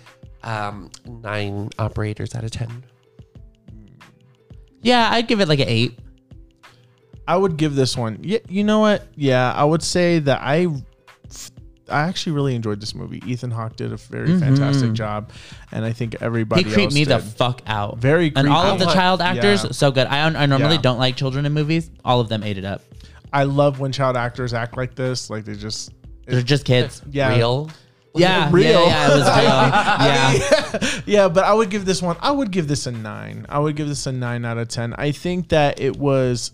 C: um, nine operators out of ten.
A: Yeah, I'd give it like an eight.
B: I would give this one. Yeah, you know what? Yeah, I would say that I, I actually really enjoyed this movie. Ethan Hawke did a very fantastic job, and I think everybody
A: Mm-hmm. He creeped
B: else
A: me the
B: did.
A: fuck out.
B: Very
A: and all
B: creepy.
A: of the
B: I-
A: child actors
B: yeah.
A: so good. I, I normally
B: Yeah.
A: don't like children in movies. All of them ate it up.
B: I love when child actors act like this. Like they just
A: They're just kids.
B: yeah
C: Real.
A: Yeah,
B: real.
A: yeah, yeah, it was real. yeah,
B: <laughs> yeah, but I would give this one. I would give this a nine. I would give this a nine out of ten. I think that it was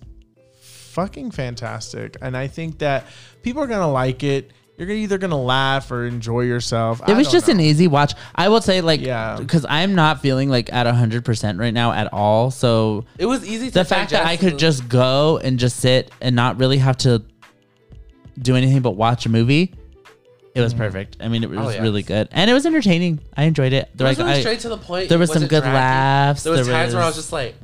B: fucking fantastic, and I think that people are gonna like it. You're gonna either gonna laugh or enjoy yourself.
A: it was just an easy watch. I will say, like,
B: Yeah.
A: because I'm not feeling like at hundred percent right now at all. So
C: It was easy. To
A: the fact that I
C: digest.
A: could just go and just sit and not really have to do anything but watch a movie, it
B: Mm.
A: was perfect. I mean,
B: Oh,
A: it was
C: yeah.
A: really good and it was entertaining. I enjoyed it.
C: It was
A: Like,
C: really
A: I-
C: straight to the point.
A: there
C: It
A: was some
C: wasn't
A: good
C: draggy.
A: laughs.
C: There was
A: There
C: times where I was
A: was-
C: just like,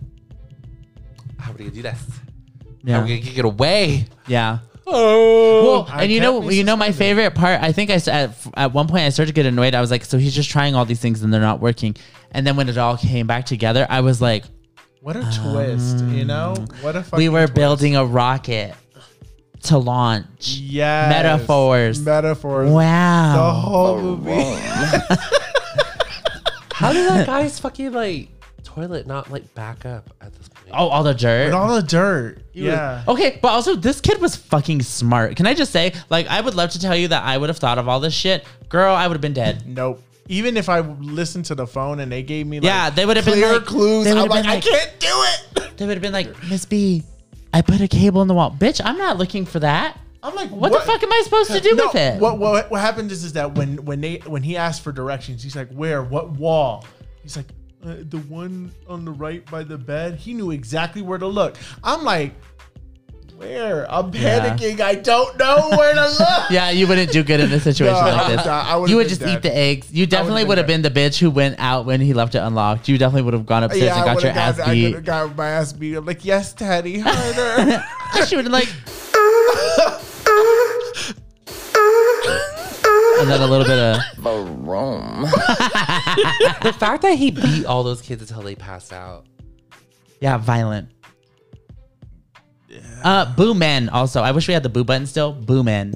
C: "How are we gonna do this? How are
A: yeah,
C: we gonna get away?"
A: yeah.
C: Oh,
A: Well,
B: I
A: and you
B: can't
A: know,
B: be
A: you know, my favorite part. I think I s- at, at one point I started to get annoyed. I was like, so he's just trying all these things and they're not working. And then when it all came back together, I was like,
B: what a twist, you know? What a fucking
A: Um, we were
B: twist.
A: building a rocket to launch.
B: yes.
A: metaphors.
B: metaphors. The
A: Wow.
B: whole movie.
C: how
A: <laughs>
C: did that guy's fucking like toilet not like back up at this point?
A: Oh, all the dirt.
B: And all the dirt. Yeah.
A: Okay, but also this kid was fucking smart. Can I just say, like, I would love to tell you that I would have thought of all this shit, girl. I would have been dead.
B: Nope. Even if I listened to the phone and they gave me like
A: Yeah, they would have been
B: clear
A: like-
B: clues,
A: they would have
B: I'm like,
A: been
B: I
A: like-
B: can't do it. <laughs>
A: They would have been like, Miss B, I put a cable in the wall, bitch. I'm not looking for that.
B: I'm like,
A: What, the fuck am I supposed to do
B: No,
A: with it?
B: What, what what happened is is that when when they when he asked for directions, he's like, "Where? What wall?" He's like, uh, "The one on the right by the bed." He knew exactly where to look. I'm like, "Where?" I'm
A: Yeah.
B: panicking. I don't know where to
A: <laughs>
B: look.
A: Yeah, you wouldn't do good in
B: <laughs>
A: a situation
B: No, I
A: like
B: would
A: this.
B: die. I would've
A: you would
B: been
A: just
B: dead.
A: eat the eggs. You definitely
B: been
A: would have
B: dead.
A: been the bitch who went out when he left it unlocked. You definitely would have gone upstairs
B: Yeah,
A: and
B: I
A: got
B: would
A: your
B: have
A: ass
B: got, I
A: beat.
B: could have got my ass beat. I'm like, yes, Daddy,
A: <laughs>
B: harder.
A: she would have
B: <laughs>
A: like, and then a little bit of
C: the fact that he beat all those kids until they passed out.
A: yeah, violent. Uh, boo men. Also, I wish we had the boo button still. Boo men.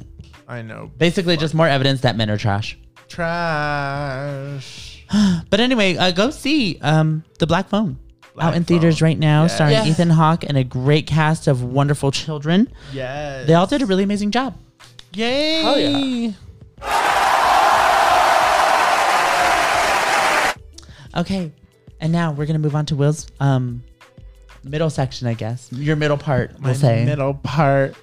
B: I know.
A: Basically, just more evidence that men are trash.
B: Trash.
A: But anyway, uh, go see um, The Black Phone. out in
B: Phone.
A: theaters right now,
B: Yes.
A: starring
B: Yes.
A: Ethan Hawke and a great cast of wonderful children.
B: Yes.
A: They all did a really amazing job.
B: Yay.
C: Hell yeah.
A: Okay, and now we're gonna move on to Will's um middle section, I guess. Your middle part,
B: my
A: we'll say.
B: middle part.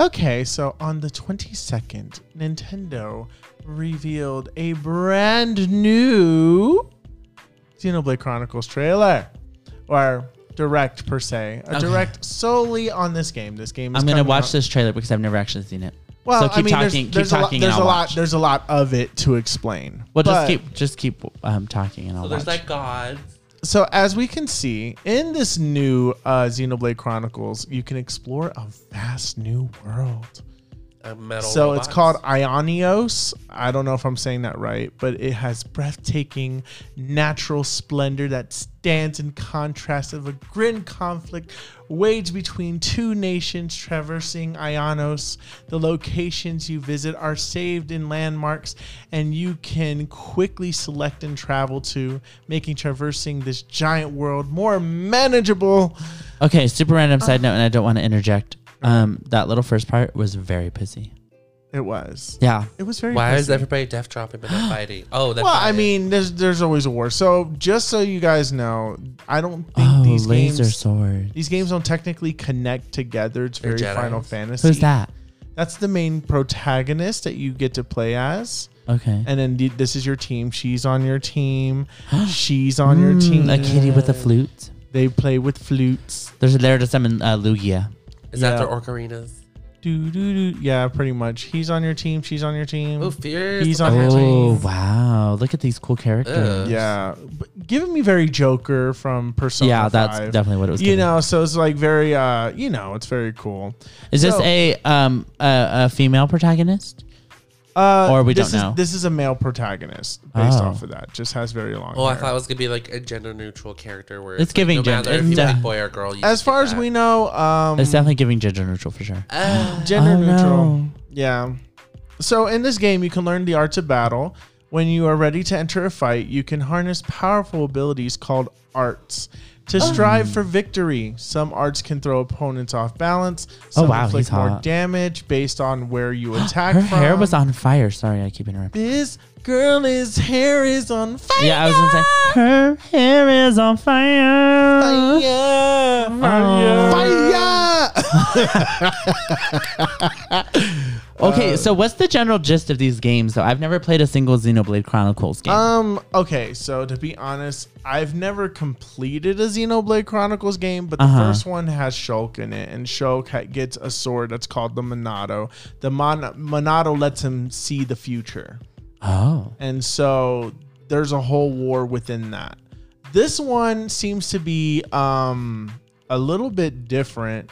B: Okay, so on the 22nd, Nintendo revealed a brand new Xenoblade Chronicles trailer or direct per se, a direct solely on this game. This game is
A: I'm gonna
B: coming
A: watch
B: out-
A: this trailer because I've never actually seen it.
B: Well,
A: so keep
B: I mean,
A: talking,
B: there's, there's
A: keep talking.
B: a lot, there's
A: and
B: a
A: I'll
B: lot,
A: watch.
B: there's a lot of it to explain.
A: Well, just
B: But-
A: keep just keep um talking and I'll
C: So
A: watch.
C: there's like gods.
B: so as we can see in this new uh, Xenoblade Chronicles, you can explore a vast new world.
C: a metal.
B: So it's
C: box.
B: called Ionios. I don't know if I'm saying that right, but it has breathtaking natural splendor that stands in contrast of a grim conflict waged between two nations traversing Ionos. The locations you visit are saved in landmarks and you can quickly select and travel to, making traversing this giant world more manageable.
A: Okay, super random side
B: Uh-huh.
A: note, and I don't want to interject. Um, that little first part was very pissy.
B: It was.
A: Yeah.
B: It was very
C: Why is
B: pissy.
C: everybody death dropping
A: <gasps>
C: but not fighting? Oh, that's
B: Well,
C: not
B: I
C: it.
B: mean, there's there's always a war. So just so you guys know, I don't think
A: Oh,
B: these
A: laser
B: games
A: sword.
B: these games don't technically connect together. It's
C: They're
B: very
C: Jedis.
B: Final Fantasy.
A: Who's that?
B: That's the main protagonist that you get to play as,
A: Okay.
B: and then the, this is your team. She's on your
A: <gasps>
B: team. She's on your team.
A: Mm, a kitty with a flute.
B: They play with flutes.
A: There's a there to summon uh, Lugia.
C: is
B: yeah.
C: that their ocarinas?
B: Do do do. Yeah, pretty much. He's on your team. She's on your team.
C: Oh, fierce.
B: He's on your
A: Oh
B: team.
A: wow! Look at these cool characters.
C: Ugh.
B: Yeah, but giving me very Joker from Persona.
A: yeah, that's
B: 5.
A: definitely what it was.
B: you
A: giving.
B: know so it's like very uh you know it's very cool
A: is this
B: so-
A: a um a, a female protagonist?
B: uh
A: Or we
B: this
A: don't
B: is-
A: know.
B: this is a male protagonist based
A: Oh.
B: off of that just has very long
C: Oh, I
B: hair.
C: thought it was gonna be like a gender neutral character where
A: It's
C: like,
A: giving
C: no
A: gender-
C: matter if
A: it's
C: you like
A: de-
C: boy or girl. You
B: as
C: just
B: far
C: get
B: as we
C: that.
B: know um
A: It's definitely giving gender neutral for sure.
B: gender
A: Oh,
B: neutral
A: no.
B: yeah so in this game you can learn the arts of battle when you are ready to enter a fight you can harness powerful abilities called arts
A: Oh.
B: to strive for victory some arts can throw opponents off balance some
A: Oh, wow,
B: inflict
A: he's
B: more
A: hot.
B: damage based on where you attack
A: <gasps> Her
B: from.
A: hair was on fire. Sorry, I keep interrupting.
B: This girl is hair is on fire.
A: Yeah, I was gonna say her hair is on fire. Oh.
B: Fire. Fire.
A: Okay, so what's the general gist of these games? Though I've never played a single Xenoblade Chronicles game.
B: um. Okay. So to be honest, I've never completed a Xenoblade Chronicles game, but the
A: Uh-huh.
B: first one has Shulk in it, and Shulk ha- gets a sword that's called the Monado. The Mon- Monado lets him see the future.
A: oh,
B: And so there's a whole war within that. This one seems to be um, a little bit different.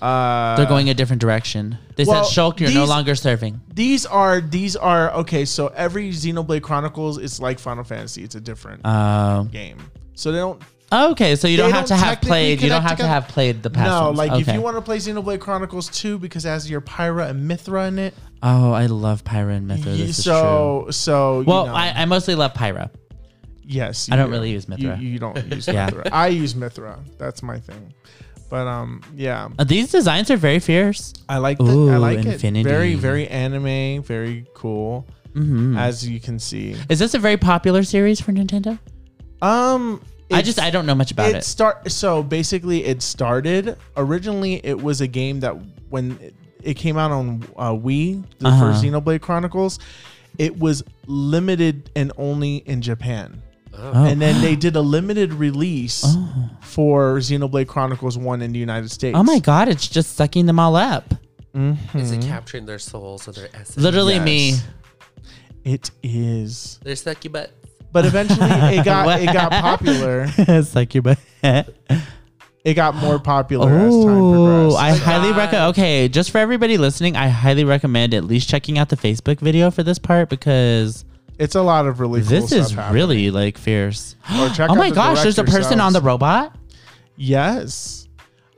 B: Uh,
A: they're going a different direction. They
B: well,
A: said Shulk, you're no
B: these-
A: longer serving.
B: These are these are okay. So every Xenoblade Chronicles is like Final Fantasy. It's a different
A: Oh.
B: game. So they don't.
A: Okay, so you
B: They
A: don't have
B: don't
A: to have
B: technically
A: played. You don't
B: connect
A: have to
B: together.
A: have played the past.
B: no,
A: ones.
B: like if
A: Okay.
B: you want to play Xenoblade Chronicles 2 because it has your Pyra and Mithra in it.
A: Oh, I love Pyra and Mithra.
B: you-
A: This is
B: so so
A: true. Well,
B: you know,
A: I, I mostly love Pyra.
B: yes.
A: I
B: you
A: don't
B: do.
A: really use Mithra.
B: You, you
A: <laughs>
B: don't use
A: Yeah.
B: Mithra. I use Mithra. That's my thing. But um, yeah.
A: Uh, these designs are very fierce.
B: I like the, I
A: Ooh,
B: like
A: infinity.
B: it. Very very anime, very cool
A: hmm
B: as you can see.
A: Is this a very popular series for Nintendo?
B: Um
A: I
B: it's-
A: just I don't know much about
B: it
A: it.
B: start so basically it started originally it was a game that when it, it came out on uh, Wii, the
A: Uh-huh.
B: first Xenoblade Chronicles, it was limited and only in Japan.
A: Oh.
B: And then they did a limited release
A: Oh.
B: for Xenoblade Chronicles 1 in the United States.
A: Oh my god, it's just sucking them all up.
C: Is it capturing their souls or their essence?
A: Hmm. Literally me.
B: Yes. It is.
C: They're sucky butt.
B: But eventually
A: <laughs>
B: it got it got popular.
A: it's like you but
B: it got more popular as time
A: Oh,
B: progressed.
A: I highly
C: God.
A: recommend. Okay, just for everybody listening, I highly recommend at least checking out the Facebook video for this part because
B: it's a lot of really.
A: this
B: cool
A: is
B: stuff happening.
A: really like
B: <gasps>
A: fierce. <gasps>
B: Or check
A: oh
B: out
A: my
B: the
A: gosh, there's a
B: direct
A: person on the
B: yourselves.
A: robot.
B: Yes.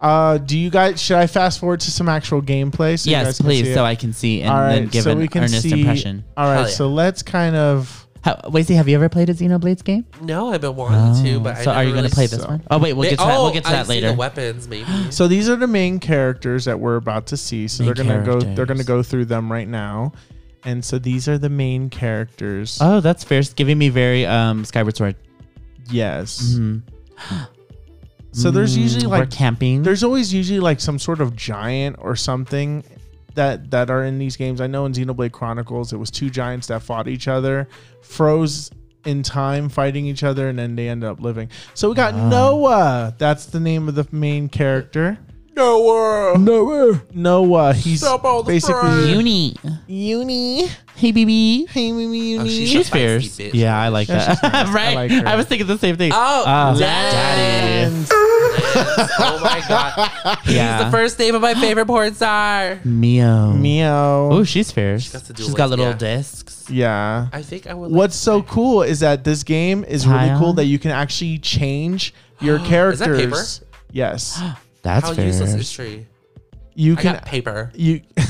B: Uh, do you guys? Should I fast forward to some actual gameplay? So you guys
A: yes,
B: can see
A: please,
B: it?
A: so I can see and
B: All
A: then
B: right,
A: give
B: so
A: an
B: we can
A: earnest
B: see-
A: impression.
B: All right,
C: Hell yeah.
B: so let's kind of.
A: How, Wacy, have you ever played a Xenoblades game?
C: No, I've been wanting to, but I
A: Oh, so are
C: never
A: you going
C: really
A: to play this
B: saw.
A: one? Oh wait, we'll get to
C: oh,
A: that. We'll get to
C: I
A: that
C: see
A: later.
C: The weapons, maybe.
A: <gasps>
B: So these are the main characters that we're about to see. So
A: Main
B: they're gonna go. They're
A: characters.
B: gonna go through them right now, and so these are the main characters.
A: Oh, that's fierce, giving me very um Skyward Sword.
B: yes.
A: Mhm.
B: So there's usually
A: Mm, we're
B: like
A: camping.
B: there's always usually like some sort of giant or something that that are in these games. I know in Xenoblade Chronicles it was two giants that fought each other, froze in time fighting each other, and then they ended up living. So we got Noah. That's the name of the main character.
C: Noah.
B: Noah. Noah. He's
C: Stop all the
B: basically
C: friends.
A: Uni.
B: uni.
A: Hey, baby.
B: Hey, Mimi,
C: Oh,
B: uni.
C: she's-
A: She's
C: a feisty
A: fierce.
C: bitch.
A: Yeah, I like <laughs>
B: Yeah,
A: that.
B: she's nice. I
A: right? I,
B: like her.
A: Uh, was thinking the same thing.
C: Oh,
A: Ah,
C: daddy.
B: And-
C: oh my god. He's
A: Yeah. <laughs>
C: the first name of my favorite porn star.
A: Mio.
B: Meow.
A: Oh, she's fierce. She
C: got to do
A: has
C: it,
A: got little
C: yeah.
A: discs.
B: Yeah.
C: I think I would. like
B: What's
C: to
B: so
C: say-
B: cool is that this game is really
A: Tile?
B: cool that you can actually change your
C: <gasps> Is that
B: characters.
C: paper? <gasps>
B: Yes.
A: That's
C: How
A: fierce.
C: useless is she?
B: You
C: I
B: can
C: got paper.
B: you <laughs>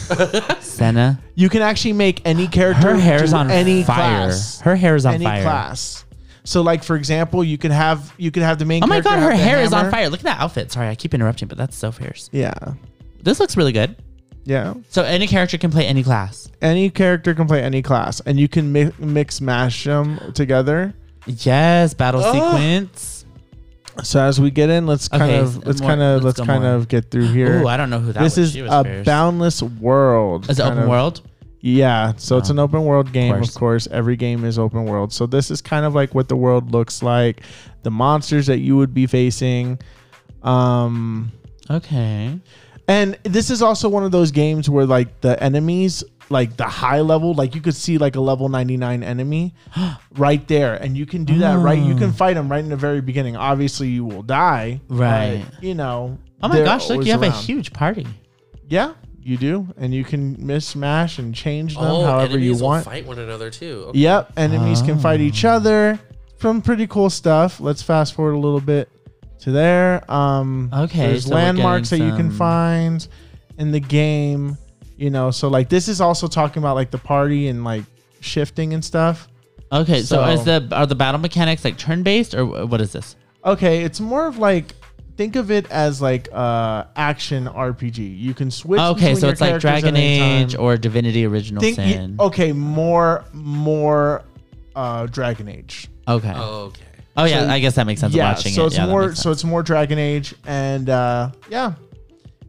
A: Senna.
B: you can actually make any character
A: Her hair's
B: do
A: on
B: any
A: fire.
B: class.
A: Her hair's on
B: any
A: fire.
B: class. So like for example, you could have you could have the main
A: Oh my
B: character
A: god, her
B: have the
A: hair is on
B: hammer.
A: fire. Look at that outfit. Sorry, I keep interrupting, but that's so fierce.
B: Yeah.
A: This looks really good.
B: Yeah.
A: So any character can play any class.
B: Any character can play any class and you can mi- mix mash them together.
A: Yes, battle sequence.
B: So as we get in, let's kind
A: Okay,
B: of let's
A: more-
B: kind of
A: let's
B: let's
A: go
B: kind
A: more.
B: of get through here.
A: Ooh, I don't know who that
B: this
A: was.
B: is
A: She was
B: a
A: fierce.
B: boundless world.
A: Is it
B: kind
A: open
B: of-
A: world?
B: Yeah, so it's an open world game, of course.
A: Um, course.
B: Every game is open world. So this is kind of like what the world looks like, the monsters that you would be facing. Um
A: Okay.
B: and this is also one of those games where like the enemies, like the high level, like you could see like a level
A: <gasps>
B: 99 enemy right there and you can do that right you
A: Mm.
B: can fight them right in the very beginning. Obviously you will die. but,
A: Right.
B: you know.
A: Oh my
B: they're
A: gosh, look,
B: always
A: you have a
B: around.
A: huge party.
B: Yeah, you do, and you can mismatch and change them
C: Oh,
B: however you
C: enemies will
B: want.
C: fight one another too. Okay.
B: Yep, enemies can fight each
A: Ah.
B: other. Some pretty cool stuff. Let's fast forward a little bit to there. Um,
A: Okay,
B: there's
A: so we're
B: landmarks that
A: getting
B: you can
A: some-
B: find in the game. You know, so like this is also talking about like the party and like shifting and stuff.
A: Okay, so,
B: So-
A: is the are the battle mechanics like turn based or wh- what is this?
B: Okay, it's more of like think of it as like uh action RPG. You can switch.
A: okay,
B: between
A: so
B: your
A: it's like
B: characters at
A: Dragon
B: any time.
A: Age or Divinity Original
B: think y- oh.
A: Sin.
B: okay more more uh dragon age
A: okay.
C: Oh,
A: Oh,
C: okay.
A: yeah, I guess that makes sense.
B: yeah
A: watching
B: so
A: it.
B: it's
A: yeah, that
B: more
A: makes
B: so
A: sense.
B: it's more dragon age and uh yeah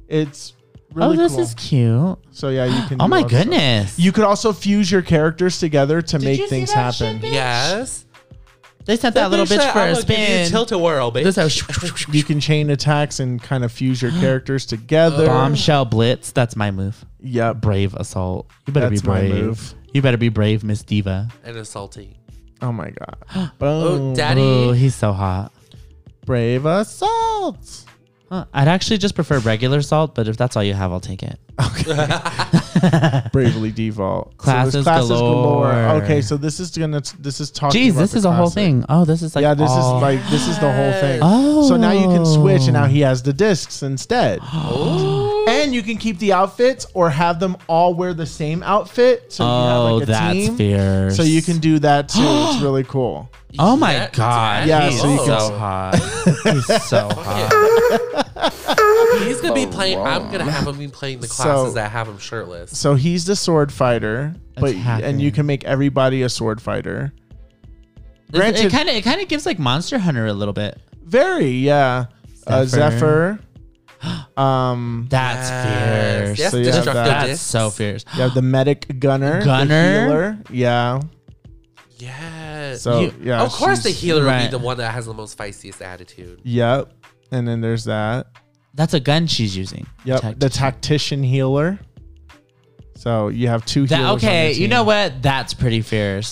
B: it's really
A: oh, this
B: cool.
A: is cute.
B: so yeah you
A: <gasps>
B: can
A: Oh
B: do
A: my
B: all this stuff.
A: goodness.
B: you could also fuse your characters together to make
A: you see
B: things
A: that shit,
B: happen
C: Yes.
A: they sent that, little bitch for a spin.
C: Tilt a whirl, bitch.
A: This is
B: you can chain attacks and kind of fuse
A: <gasps>
B: your characters together
A: bombshell blitz. That's my move.
B: yep
A: Brave assault. You better
B: That's
A: be
B: my
A: brave.
B: move.
A: You better be brave, Miss Diva.
C: and assaulting.
B: oh my
A: <gasps>
B: god boom
C: Oh, daddy.
A: Oh, he's so hot.
B: brave
A: <laughs>
B: assault
A: Huh, I'd actually just prefer regular salt, but if that's all you have, I'll take it.
B: Bravely Default.
A: Classes
B: there's
A: galore.
B: Okay, so this is gonna this is talking.
A: Jeez,
B: about
A: this
B: the
A: is a whole
B: classic.
A: thing. Oh, this is like
B: yeah, this
A: all-
B: is like this is the whole thing.
A: Oh.
B: So now you can switch, and now he has the
A: <gasps>
B: discs instead. <gasps>
C: Oh.
B: And you can keep the outfits or have them all wear the same outfit. So you
A: Oh,
B: have like a
A: that's
B: team.
A: fierce.
B: So you can do that
A: <gasps>
B: too. it's really cool.
A: <gasps> Oh my
C: That-
A: god.
B: Yeah,
A: he's
B: so you can-
A: so hot. <laughs> he's so
C: <laughs>
A: hot.
C: He's gonna be playing. I'm gonna have him be playing the classes
B: So-
C: that have him shirtless.
B: So he's the sword fighter, but
A: Attacker.
B: and you can make everybody a sword fighter.
A: It-
B: Granted,
A: It kind of it kind of gives like Monster Hunter a little bit.
B: very yeah. Uh,
A: Zephyr.
B: Zephyr.
A: <gasps>
B: Um,
A: That's
C: Yes.
A: fierce.
C: Yes,
B: So you have
C: destructive
B: that.
A: That's
C: discs.
A: so fierce.
B: You have the medic gunner, the
A: Gunner?
B: healer. Yeah.
C: Yes.
B: So
A: You-
B: yeah,
C: of course, the
B: she's-
C: healer would
A: right.
C: be the one that has the most feistiest attitude.
B: Yep. And then there's that.
A: That's a gun she's using.
B: Yep. The tactician healer. So you have two
A: That-
B: healers. on
A: okay,
B: your
A: you know
B: team.
A: what? That's pretty
B: <laughs>
A: fierce.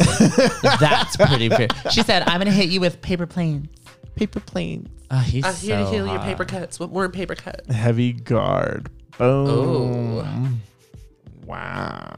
A: That's pretty fierce. She said, "I'm gonna hit you with paper planes."
B: Paper planes.
A: Oh, he's
C: I'm here
A: so
C: Uh, to heal your
A: hot.
C: paper cuts. What more in paper cut?
B: Heavy guard.
A: Mm.
B: Boom.
A: Oh.
C: Ooh.
B: Wow.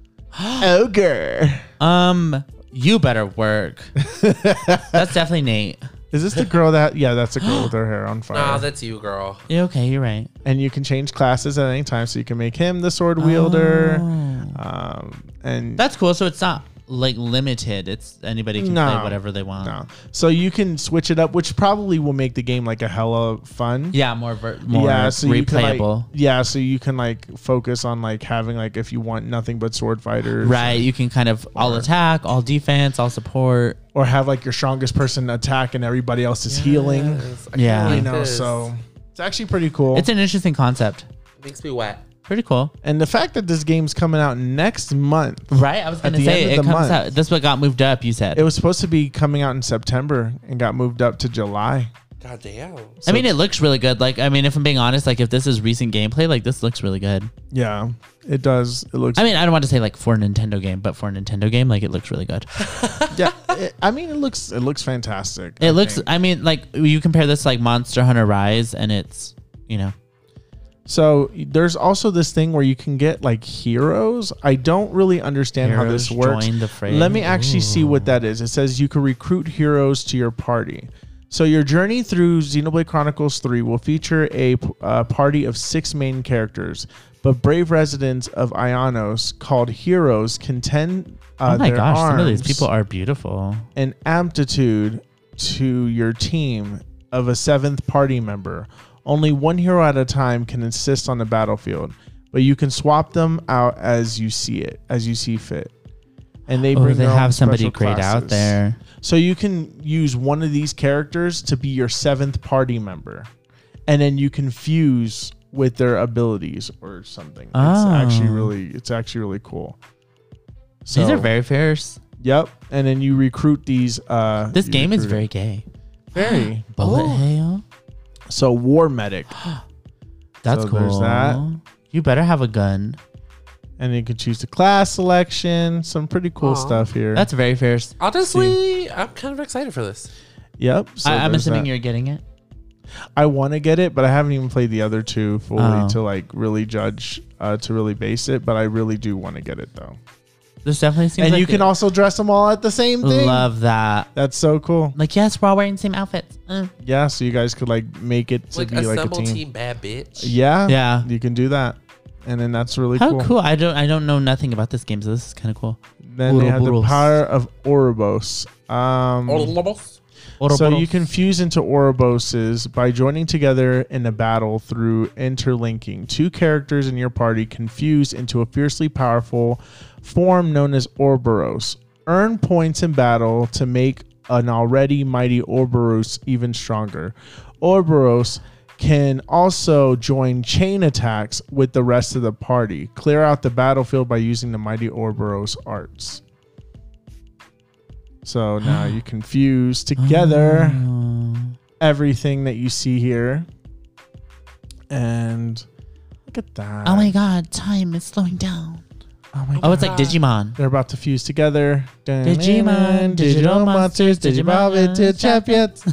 B: <gasps> Ogre.
A: Um, you better
B: <laughs>
A: work. That's definitely Nate.
B: Is this the
A: <gasps>
B: girl that? Yeah, that's the girl with her hair on fire.
C: Nah, Ah, that's you, girl.
A: Yeah, okay, you're right.
B: and you can change classes at any time, so you can make him the sword wielder.
A: Oh.
B: Um, and
A: That's cool. So it's not like limited. It's anybody can
B: No.
A: play whatever they want.
B: No. So you can switch it up, which probably will make the game like a hella fun.
A: Yeah, more ver- more
B: you can, like-
A: replayable.
B: yeah, so you can like focus on like having like if you want nothing but sword fighters,
A: right, you can kind of all attack, all defense, all support.
B: Or have like your strongest person attack and everybody else is healing.
C: Yes, I kinda
A: Yeah.
C: like
B: You know,
C: this.
B: so it's actually pretty cool.
A: It's an interesting concept.
C: makes me wet.
A: Pretty cool.
B: and the fact that this game's coming out next month,
A: Right? I was going to
B: the
A: say
B: end of
A: it
B: the
A: comes
B: month.
A: out. That's what got moved up, you said.
B: it was supposed to be coming out in September and got moved up to July.
C: God damn.
A: I mean, it looks really good. Like, I mean, if I'm being honest, like if this is recent gameplay, like this looks really good.
B: Yeah, it does. It looks.
A: I mean, I don't want to say like for a Nintendo game, but for a Nintendo game, like it looks really good.
B: <laughs> yeah, it, I mean, it looks. It looks fantastic.
A: It looks.
B: think.
A: I mean, like you compare this to, like Monster Hunter Rise, and it's you know
B: So there's also this thing where you can get like heroes. I don't really understand how this
A: Heroes
B: works.
A: join the fray.
B: Let me actually see what that is. It says you can recruit heroes to your party. So your journey through Xenoblade Chronicles 3 will feature a p- uh, party of six main characters, but brave residents of Ionos called heroes contend uh,
A: oh my
B: their
A: gosh, some of these
B: arms
A: people are beautiful.
B: an aptitude to your team of a seventh party member. Only one hero at a time can insist on the battlefield, but you can swap them out as you see it, as you see fit. And they
A: Oh,
B: bring
A: they
B: their own
A: have somebody
B: special
A: great out
B: classes.
A: there.
B: So you can use one of these characters to be your seventh party member, and then you can fuse with their abilities or something. It's
A: Oh.
B: actually really, it's actually really cool.
A: these
B: So-
A: are very fierce.
B: Yep. And then you recruit these. Uh,
A: This
B: you
A: game is
B: recruit
A: very gay.
B: very.
A: <gasps> Bullet hail.
B: So
A: <gasps>
B: war medic,
A: That's
B: So
A: cool.
B: there's that.
A: You better have a gun.
B: and you can choose the class selection. Some pretty cool
C: Aw.
B: stuff here.
A: That's very fierce.
C: Honestly, I'm kind of excited for this.
B: yep. so
A: I, I'm
B: there's
A: assuming
B: that.
A: you're getting it.
B: I want to get it, but I haven't even played the other two fully
A: Oh.
B: to like really judge, uh, to really base it. But I really do want to get it though.
A: This definitely seems.
B: and
A: like
B: you can
A: it.
B: also dress them all at the same thing.
A: love that.
B: That's so cool.
A: Like yes, we're all wearing the same outfits. Uh.
B: Yeah. So you guys could like make it to
C: Like
B: be like a
C: assemble
B: team.
C: team. bad bitch.
B: Yeah.
A: Yeah.
B: You can do that. And then that's really
A: How
B: cool.
A: cool. I don't. I don't know nothing about this game, so this is kind of cool.
B: Then they have the
A: Ouroboros.
B: power of Ouroboros. Um,
C: Ouroboros.
B: So you
A: Ouroboros.
B: can fuse into Ouroboroses by joining together in a battle through interlinking. Two characters in your party can fuse into a fiercely powerful form known as Ouroboros. Earn points in battle to make an already mighty Ouroboros even stronger. Ouroboros can also join chain attacks with the rest of the party. Clear out the battlefield by using the mighty Ouroboros arts. So now
A: <gasps>
B: you can fuse together
A: Ah.
B: everything that you see here. And look at that.
A: Oh my god, time is slowing down.
B: Oh my
A: Oh, it's like Digimon.
B: They're about to fuse together.
A: Digimon, digital monsters, Digimon,
B: Digimon,
A: <laughs>
B: champions.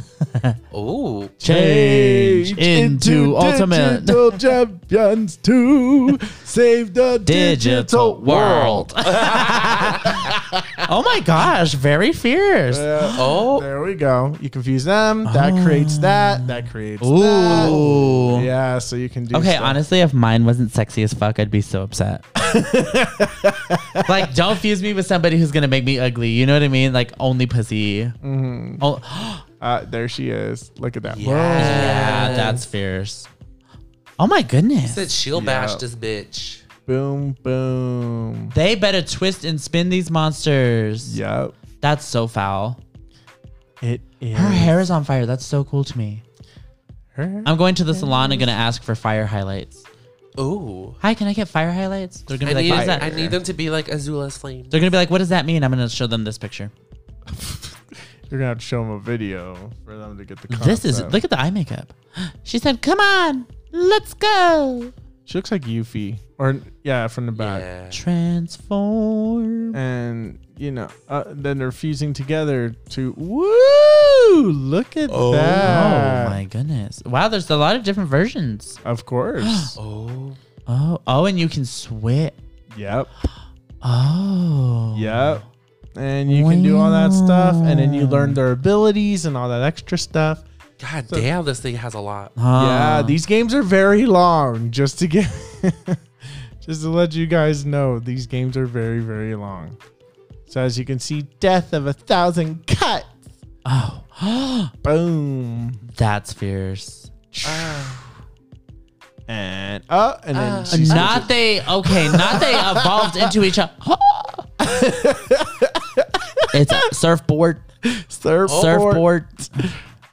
C: Ooh.
A: Change into ultimate. <laughs>
B: digital champions to save the digital <laughs> world.
A: oh my gosh, very fierce.
C: Oh.
B: There we go. You confuse them. That creates
A: Ah.
B: that. That creates that.
A: Ooh.
B: Yeah, so you can do
A: Okay,
B: stuff.
A: honestly, if mine wasn't sexy as fuck, I'd be so <laughs> upset. like, don't fuse me with somebody who's gonna make me ugly. You know what I mean? Like, only pussy. Oh, <gasps>
B: Uh, there she is. Look at that.
A: yeah, that's fierce. Oh my goodness.
C: Said she'll
B: Yeah.
C: bash this bitch.
B: Boom, boom.
A: They better twist and spin these monsters.
B: Yep.
A: That's so foul.
B: It is.
A: Her hair is on fire. That's so cool to me.
B: Her?
A: I'm going to the salon and gonna ask for fire highlights.
C: Ooh.
A: Hi, can I get fire highlights? They're gonna
C: I
A: be like,
C: need,
A: what is that?
C: I need them to be like Azula's flame.
A: They're gonna be like, what does that mean? I'm gonna show them this picture.
B: You're going to have to show them a video for them to get the concept.
A: This is look at the eye makeup. <gasps> She said, "Come on, let's go."
B: She looks like Yuffie. Or, yeah, from the back.
C: Yeah.
A: Transform.
B: And, you know, uh, then they're fusing together to. Woo! Look at
C: Oh.
B: that.
A: oh my goodness! Wow, there's a lot of different versions.
B: Of
C: <gasps>
B: course.
C: Oh.
A: Oh, oh, and you can switch.
B: yep.
A: Oh,
B: Yep. And you can do all that stuff. And then you learn their abilities and all that extra stuff.
C: God damn, this thing has a lot.
A: Huh.
B: yeah, these games are very long. Just to get, <laughs> just to let you guys know, these games are very, very long. So as you can see, death of a thousand cuts.
A: Oh, <gasps>
B: Boom.
A: that's fierce.
B: And oh, and then she switches-
A: Not they okay. Not
B: <laughs>
A: they evolved into each other. <gasps> it's a surfboard,
B: surfboard.
A: surfboard,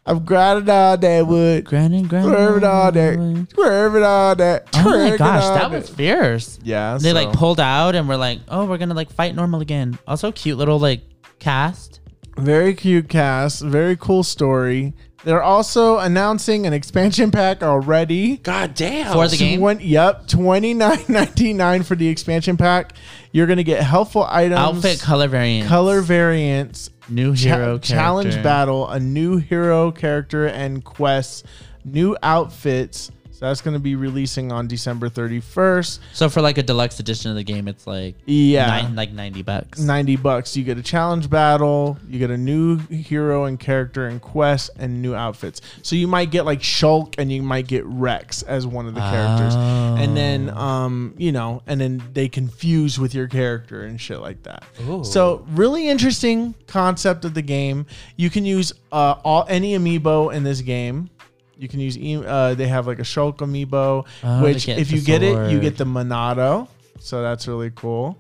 B: I'm grinding all that wood.
A: granite, granite.
B: Swerving all that. Swerving all that.
A: Oh my
B: twerking
A: gosh,
B: all
A: that was fierce.
B: Yeah.
A: They like
B: so-
A: pulled out and we're like, oh, we're gonna like fight normal again. Also, cute little like cast.
B: Very cute cast, very cool story. They're also announcing an expansion pack already.
C: God damn.
A: For the game?
B: Twen- yep, twenty nine ninety nine for the expansion pack. You're gonna get helpful items,
A: Outfit color variant.
B: color variants,
A: New
B: cha-
A: hero
B: challenge
A: character.
B: battle, a new hero character and quests, new outfits. So that's gonna be releasing on December thirty first.
A: So for like a deluxe edition of the game, it's like
B: Yeah.
A: nine, like ninety bucks.
B: 90 bucks. You get a challenge battle, you get a new hero and character and quest and new outfits. So you might get like Shulk and you might get Rex as one of the characters. And then
A: Oh.
B: um, you know, and then they confuse with your character and shit like that. So really interesting concept of the game. You can use uh, all any amiibo in this game. You can use e- uh, they have like a Shulk amiibo,
A: Oh, to
B: which
A: get
B: if
A: the
B: you get it, you
A: sword.
B: get the Monado. So that's really cool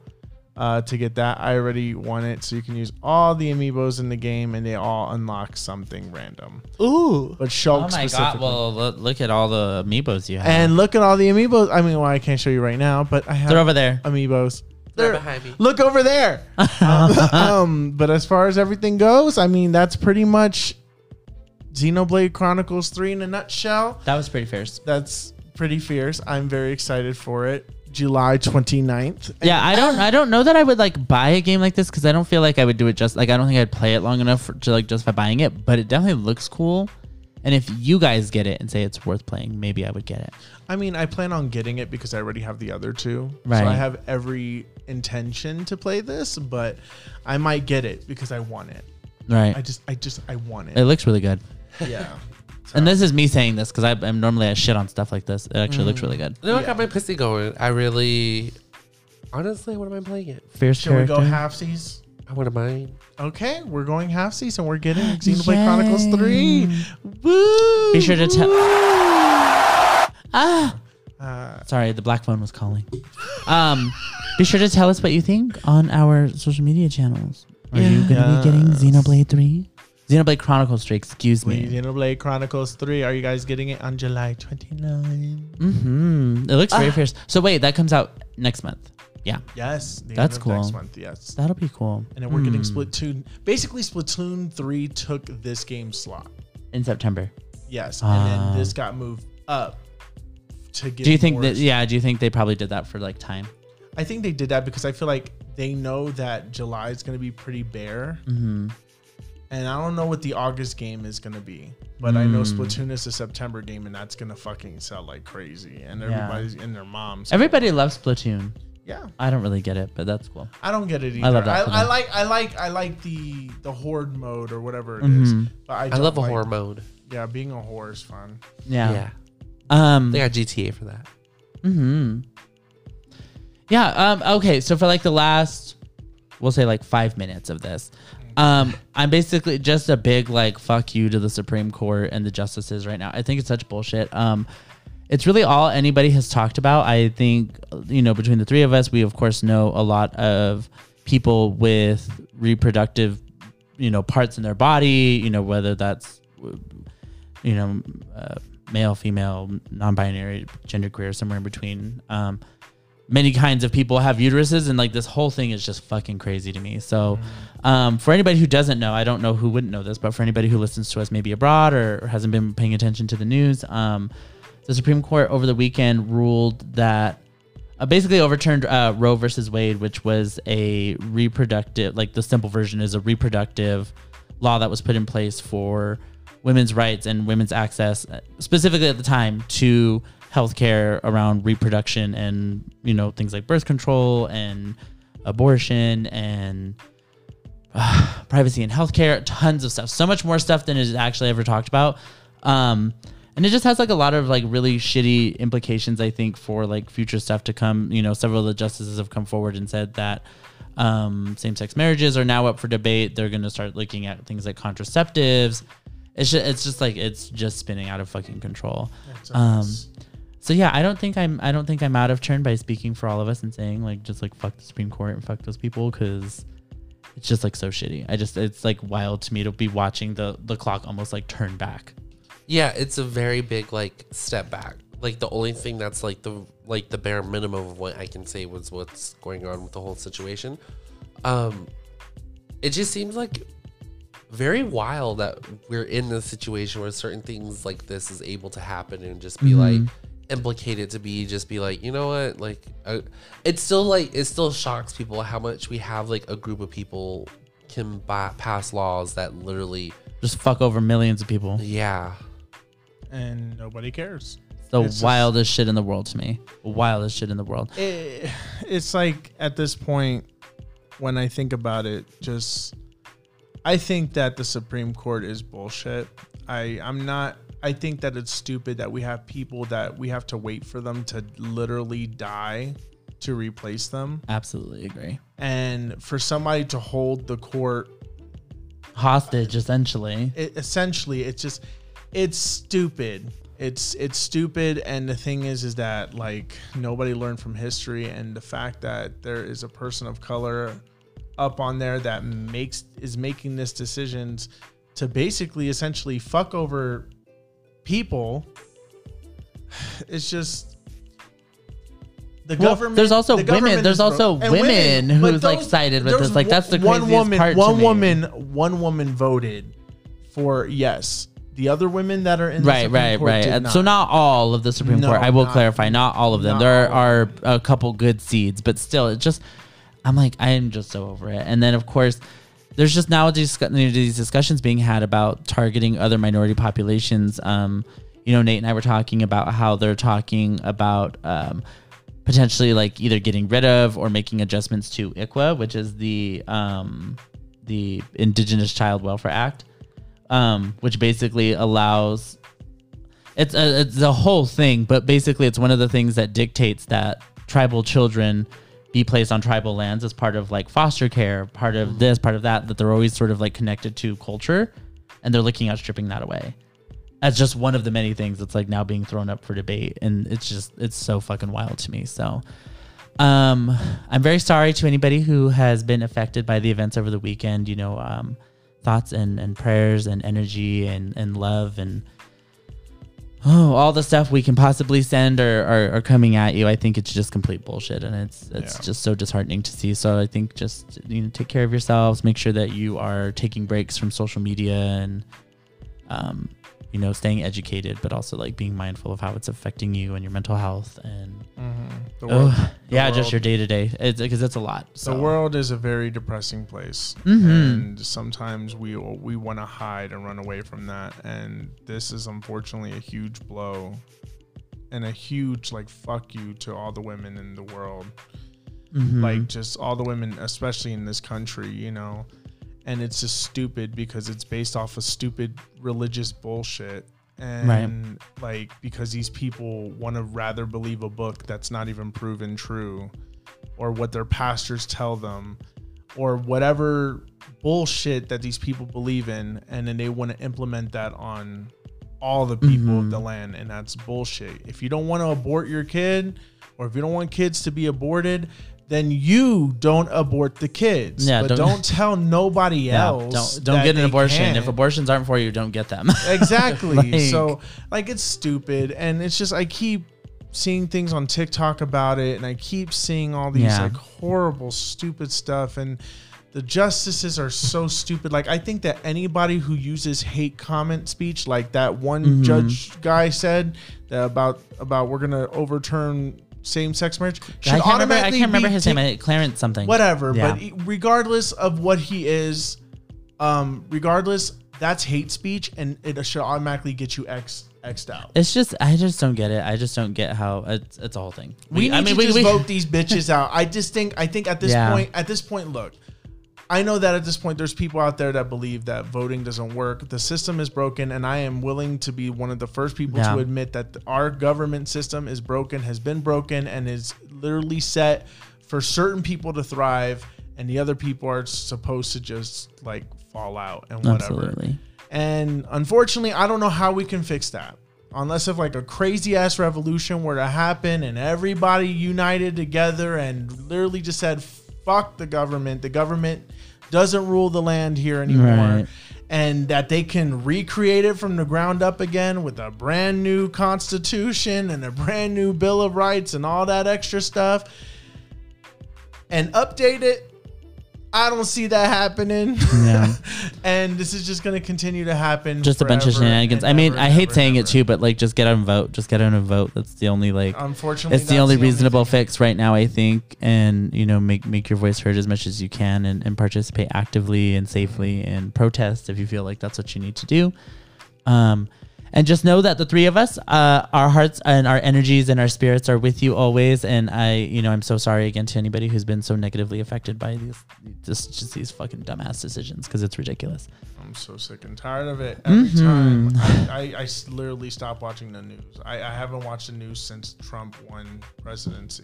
B: uh, to get that. I already won it, so you can use all the amiibos in the game, and they all unlock something random.
A: Ooh.
B: But Shulk
A: Oh my
B: specifically.
A: god! Well, lo- look at all the amiibos you have.
B: and look at all the amiibos. I mean, well, I can't show you right now, but I have
A: they're over there.
B: amiibos.
C: They're behind me.
B: Look
A: <laughs>
B: over there. um, um, but as far as everything goes, I mean, that's pretty much Xenoblade Chronicles Three in a nutshell.
A: That was pretty fierce.
B: That's pretty fierce. I'm very excited for it. July 29th.
A: Yeah, I don't. I don't know that I would like buy a game like this because I don't feel like I would do it just like I don't think I'd play it long enough for, to like justify buying it. But it definitely looks cool. And if you guys get it and say it's worth playing, maybe I would get it.
B: I mean, I plan on getting it because I already have the other two.
A: Right.
B: So I have every intention to play this, but I might get it because I want it. I
A: Right.
B: just, I just, I want
A: It
B: it.
A: looks really good.
B: yeah.
A: And this is me saying this because I'm normally I shit on stuff like this. It actually looks really good.
C: No, I got my pussy going. I really, honestly, what am I playing it?
A: Fierce
B: Shall we go halfsies?
C: I wouldn't mind.
B: Okay, we're going halfsies and
A: <gasps>
B: we're getting Xenoblade Chronicles 3. Woo!
A: Be sure to tell. Ah.
B: Uh,
A: Sorry, the black phone was calling. Um, be sure to tell us what you think on our social media channels. Are you going to be getting
B: Yes.
A: Xenoblade 3? Xenoblade Chronicles 3, excuse me.
B: Xenoblade Chronicles 3. Are you guys getting it on July 29th?
A: hmm It looks
B: Ah.
A: very fierce. So wait, that comes out next month. Yeah.
B: Yes. the end
A: That's
B: of Next
A: cool.
B: month, yes.
A: That'll be cool.
B: and then we're getting
A: Hmm.
B: Splatoon. Basically, Splatoon 3 took this game slot.
A: In September.
B: Yes, and
A: Ah.
B: then this got moved up to get.
A: Do you think
B: more-
A: that, yeah, do you think they probably did that for like time?
B: I think they did that because I feel like they know that July is going to be pretty bare,
A: Mm-hmm.
B: and I don't know what the August game is going to be. But I know
A: Hmm.
B: Splatoon is a September game, and that's going to fucking sell like crazy, and everybody's in their moms.
A: Everybody loves Splatoon.
B: yeah,
A: I don't really get it, but that's cool.
B: I don't get it either.
A: I
B: I,
A: love that for
B: I,
A: them.
B: like, I like, I like the the horde mode or whatever it is.
A: Mhm.
B: But I,
C: I
B: don't
C: love a
B: like-
C: horror mode.
B: Yeah, being a whore is fun.
A: Yeah.
C: Yeah.
A: Um,
C: They got GTA for that.
A: Hmm. Yeah. Um. Okay. So for like the last, we'll say like five minutes of this, um, I'm basically just a big like fuck you to the Supreme Court and the justices right now. I think it's such bullshit. Um, it's really all anybody has talked about. I think you know between the three of us, we of course know a lot of people with reproductive, you know, parts in their body. You know, whether that's you know, uh, male, female, non-binary, gender queer, somewhere in between. Um, many kinds of people have uteruses, and like this whole thing is just fucking crazy to me. So, um, for anybody who doesn't know, I don't know who wouldn't know this, but for anybody who listens to us maybe abroad or, or hasn't been paying attention to the news, um, the Supreme Court over the weekend ruled that uh, basically overturned uh, Roe versus Wade, which was a reproductive, like the simple version is a reproductive law that was put in place for women's rights and women's access, uh, specifically at the time to healthcare around reproduction and you know things like birth control and abortion and uh, privacy and healthcare, tons of stuff, so much more stuff than is actually ever talked about. Um, and it just has like a lot of like really shitty implications, I think, for like future stuff to come. You know, several of the justices have come forward and said that um, same-sex marriages are now up for debate. They're going to start looking at things like contraceptives. It's just, it's just like it's just spinning out of fucking control. Um, so yeah, I don't think I'm I don't think I'm out of turn by speaking for all of us and saying like just like fuck the Supreme Court and fuck those people because it's just like so shitty. I just it's like wild to me to be watching the the clock almost like turn back.
C: Yeah, it's a very big like step back. Like the only thing that's like the like the bare minimum of what I can say was what's going on with the whole situation. Um, it just seems like very wild that we're in this situation where certain things like this is able to happen and just be like implicated to be just be like you know what like uh, it's still like it still shocks people how much we have like a group of people can buy, pass laws that literally
A: Just fuck over millions of people.
C: yeah
B: and nobody cares.
A: It's the
B: It's just-
A: wildest shit in the world to me. Wildest shit in the world.
B: it, it's like at this point when i think about it just i think that the supreme court is bullshit i i'm not i think that it's stupid that we have people that we have to wait for them to literally die to replace them
A: Absolutely agree.
B: and for somebody to hold the court
A: Hostage, essentially.
B: it, essentially it's just it's stupid it's it's stupid and the thing is is that like nobody learned from history and the fact that there is a person of color up on there that makes is making this decisions to basically essentially fuck over people <sighs> it's just the
A: Well,
B: government
A: there's also
B: the
A: women-
B: government
A: there's
B: is broke.
A: also
B: And
A: women
B: but
A: who's, like,
B: those-
A: sided with
B: there's
A: this. Like, that's the craziest
B: woman,
A: part to
B: one
A: me.
B: woman one woman voted for yes. The other women that are in the
A: Right,
B: Supreme
A: right,
B: Court
A: right.
B: did
A: And So not all of the Supreme
B: No,
A: Court. I will
B: not-
A: clarify, not all of them.
B: not
A: there
B: all
A: are a couple good seeds, but still, it just I'm like I am just so over it. And then of course, there's just now these these discussions being had about targeting other minority populations. Um, you know, Nate and I were talking about how they're talking about um, potentially like either getting rid of or making adjustments to ICWA, which is the um, the Indigenous Child Welfare Act, um, which basically allows it's a it's a whole thing, but basically it's one of the things that dictates that tribal children be placed on tribal lands as part of like foster care, part of this, part of that, that they're always sort of like connected to culture, and they're looking at stripping that away. As just one of the many things that's like now being thrown up for debate, and it's just it's so fucking wild to me. So, um, I'm very sorry to anybody who has been affected by the events over the weekend. You know, um, thoughts and and prayers and energy and and love and oh, all the stuff we can possibly send or are, are coming at you. I think it's just complete bullshit, and it's it's
B: Yeah.
A: just so disheartening to see. So I think just you know take care of yourselves. Make sure that you are taking breaks from social media and um, you know staying educated, but also like being mindful of how it's affecting you and your mental health and
B: not. The world,
A: oh, yeah, just
B: world.
A: your day to day because it's a lot. So
B: the world is a very depressing place,
A: Mhm.
B: and sometimes we we want to hide and run away from that. And this is unfortunately a huge blow, and a huge like fuck you to all the women in the world.
A: Mhm.
B: like just all the women, especially in this country, you know. And it's just stupid because it's based off of stupid religious bullshit. And like because these people want to rather believe a book that's not even proven true or what their pastors tell them or whatever bullshit that these people believe in and then they want to implement that on all the people of
A: Mm-hmm.
B: the land and that's bullshit. If you don't want to abort your kid or if you don't want kids to be aborted, then you don't abort the kids.
A: Yeah,
B: but
A: don't-
B: don't, tell nobody
A: yeah,
B: else.
A: don't don't
B: that
A: get an
B: they
A: abortion.
B: can.
A: If abortions aren't for you, don't get them.
B: <laughs> Exactly.
A: Like-
B: so like it's stupid and it's just I keep seeing things on TikTok about it and I keep seeing all these
A: Yeah.
B: like horrible stupid stuff and the justices are so stupid. Like I think that anybody who uses hate comment speech like that one
A: Mm-hmm.
B: judge guy said that about about we're going to overturn same-sex marriage should
A: <laughs> I can't remember. I
B: automatically
A: can't remember
B: be
A: his
B: ta-
A: name. I- Clarence something.
B: whatever.
A: Yeah.
B: But e- regardless of what he is, um, regardless, that's hate speech, and it should automatically get you x xed out.
A: It's just I just don't get it. I just don't get how it's it's a whole thing.
B: We need
A: I mean
B: to
A: <laughs>
B: just vote these bitches out. I just think I think at this
A: Yeah.
B: point, at this point, look. I know that at this point, there's people out there that believe that voting doesn't work. The system is broken, and I am willing to be one of the first people
A: Yeah.
B: to admit that th- our government system is broken, has been broken, and is literally set for certain people to thrive, and the other people are supposed to just like fall out and whatever.
A: absolutely.
B: And unfortunately, I don't know how we can fix that. Unless if like a crazy ass revolution were to happen and everybody united together and literally just said, fuck the government. The government doesn't rule the land here anymore.
A: Right.
B: And that they can recreate it from the ground up again with a brand new constitution and a brand new Bill of Rights and all that extra stuff and update it I don't see that happening.
A: Yeah.
B: <laughs> and this is just going to continue to happen.
A: just a bunch of
B: forever
A: shenanigans.
B: and
A: I mean,
B: ever
A: I
B: and
A: hate
B: ever
A: saying
B: and
A: it
B: ever.
A: too, but like, just get out and vote. Just get out and vote. That's the only like.
B: Unfortunately,
A: It's the
B: that's
A: only reasonable
B: thing.
A: fix right now, I think, and you know, make make your voice heard as much as you can, and, and participate actively and safely, and protest if you feel like that's what you need to do. Um, and just know that the three of us, uh, our hearts and our energies and our spirits are with you always. And I, you know, I'm so sorry again to anybody who's been so negatively affected by these, this, just these fucking dumbass decisions because it's ridiculous.
B: I'm so sick and tired of it. Every
A: Mm-hmm.
B: time I, I, I s- literally stop watching the news. I, I haven't watched the news since Trump won
A: <laughs>
B: presidency.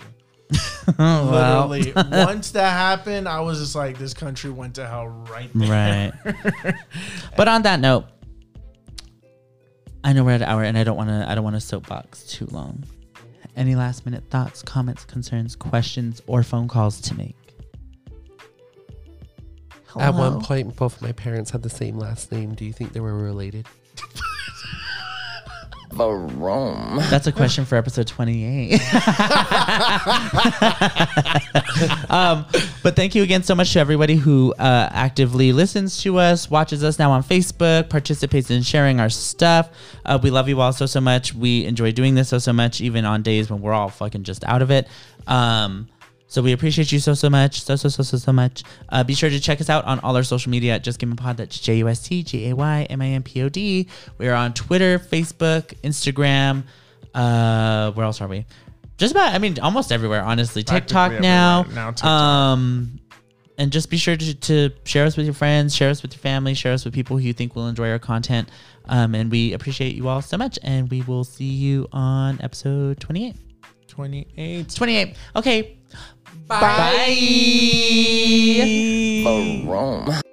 B: Literally, once that happened, I was just like, this country went to hell right there.
A: Right. but on that note, I know we're at an hour, and I don't want to. I don't want to soapbox too long. Any last minute thoughts, comments, concerns, questions, or phone calls to make?
C: At one point, both of my parents had the same last name. Do you think they were related?
A: That's a question for episode <laughs> 28. um, but thank you again so much to everybody who uh, actively listens to us, watches us now on Facebook, participates in sharing our stuff. Uh, we love you all so, so much. We enjoy doing this so, so much, even on days when we're all fucking just out of it. Um, so we appreciate you so so much, so so so so so much. Uh, be sure to check us out on all our social media at Just Gaming Pod. That's J U S T G A Y M I N P O D. We are on Twitter, Facebook, Instagram. Uh, where else are we? Just about, I mean, almost everywhere, honestly. TikTok
B: Practically
A: now.
B: everywhere. Now TikTok.
A: Um, and just be sure to, to share us with your friends, share us with your family, share us with people who you think will enjoy our content. Um, and we appreciate you all so much. And we will see you on episode 28.
B: 28.
A: 28. Okay. Bye. Bye.
F: Rome.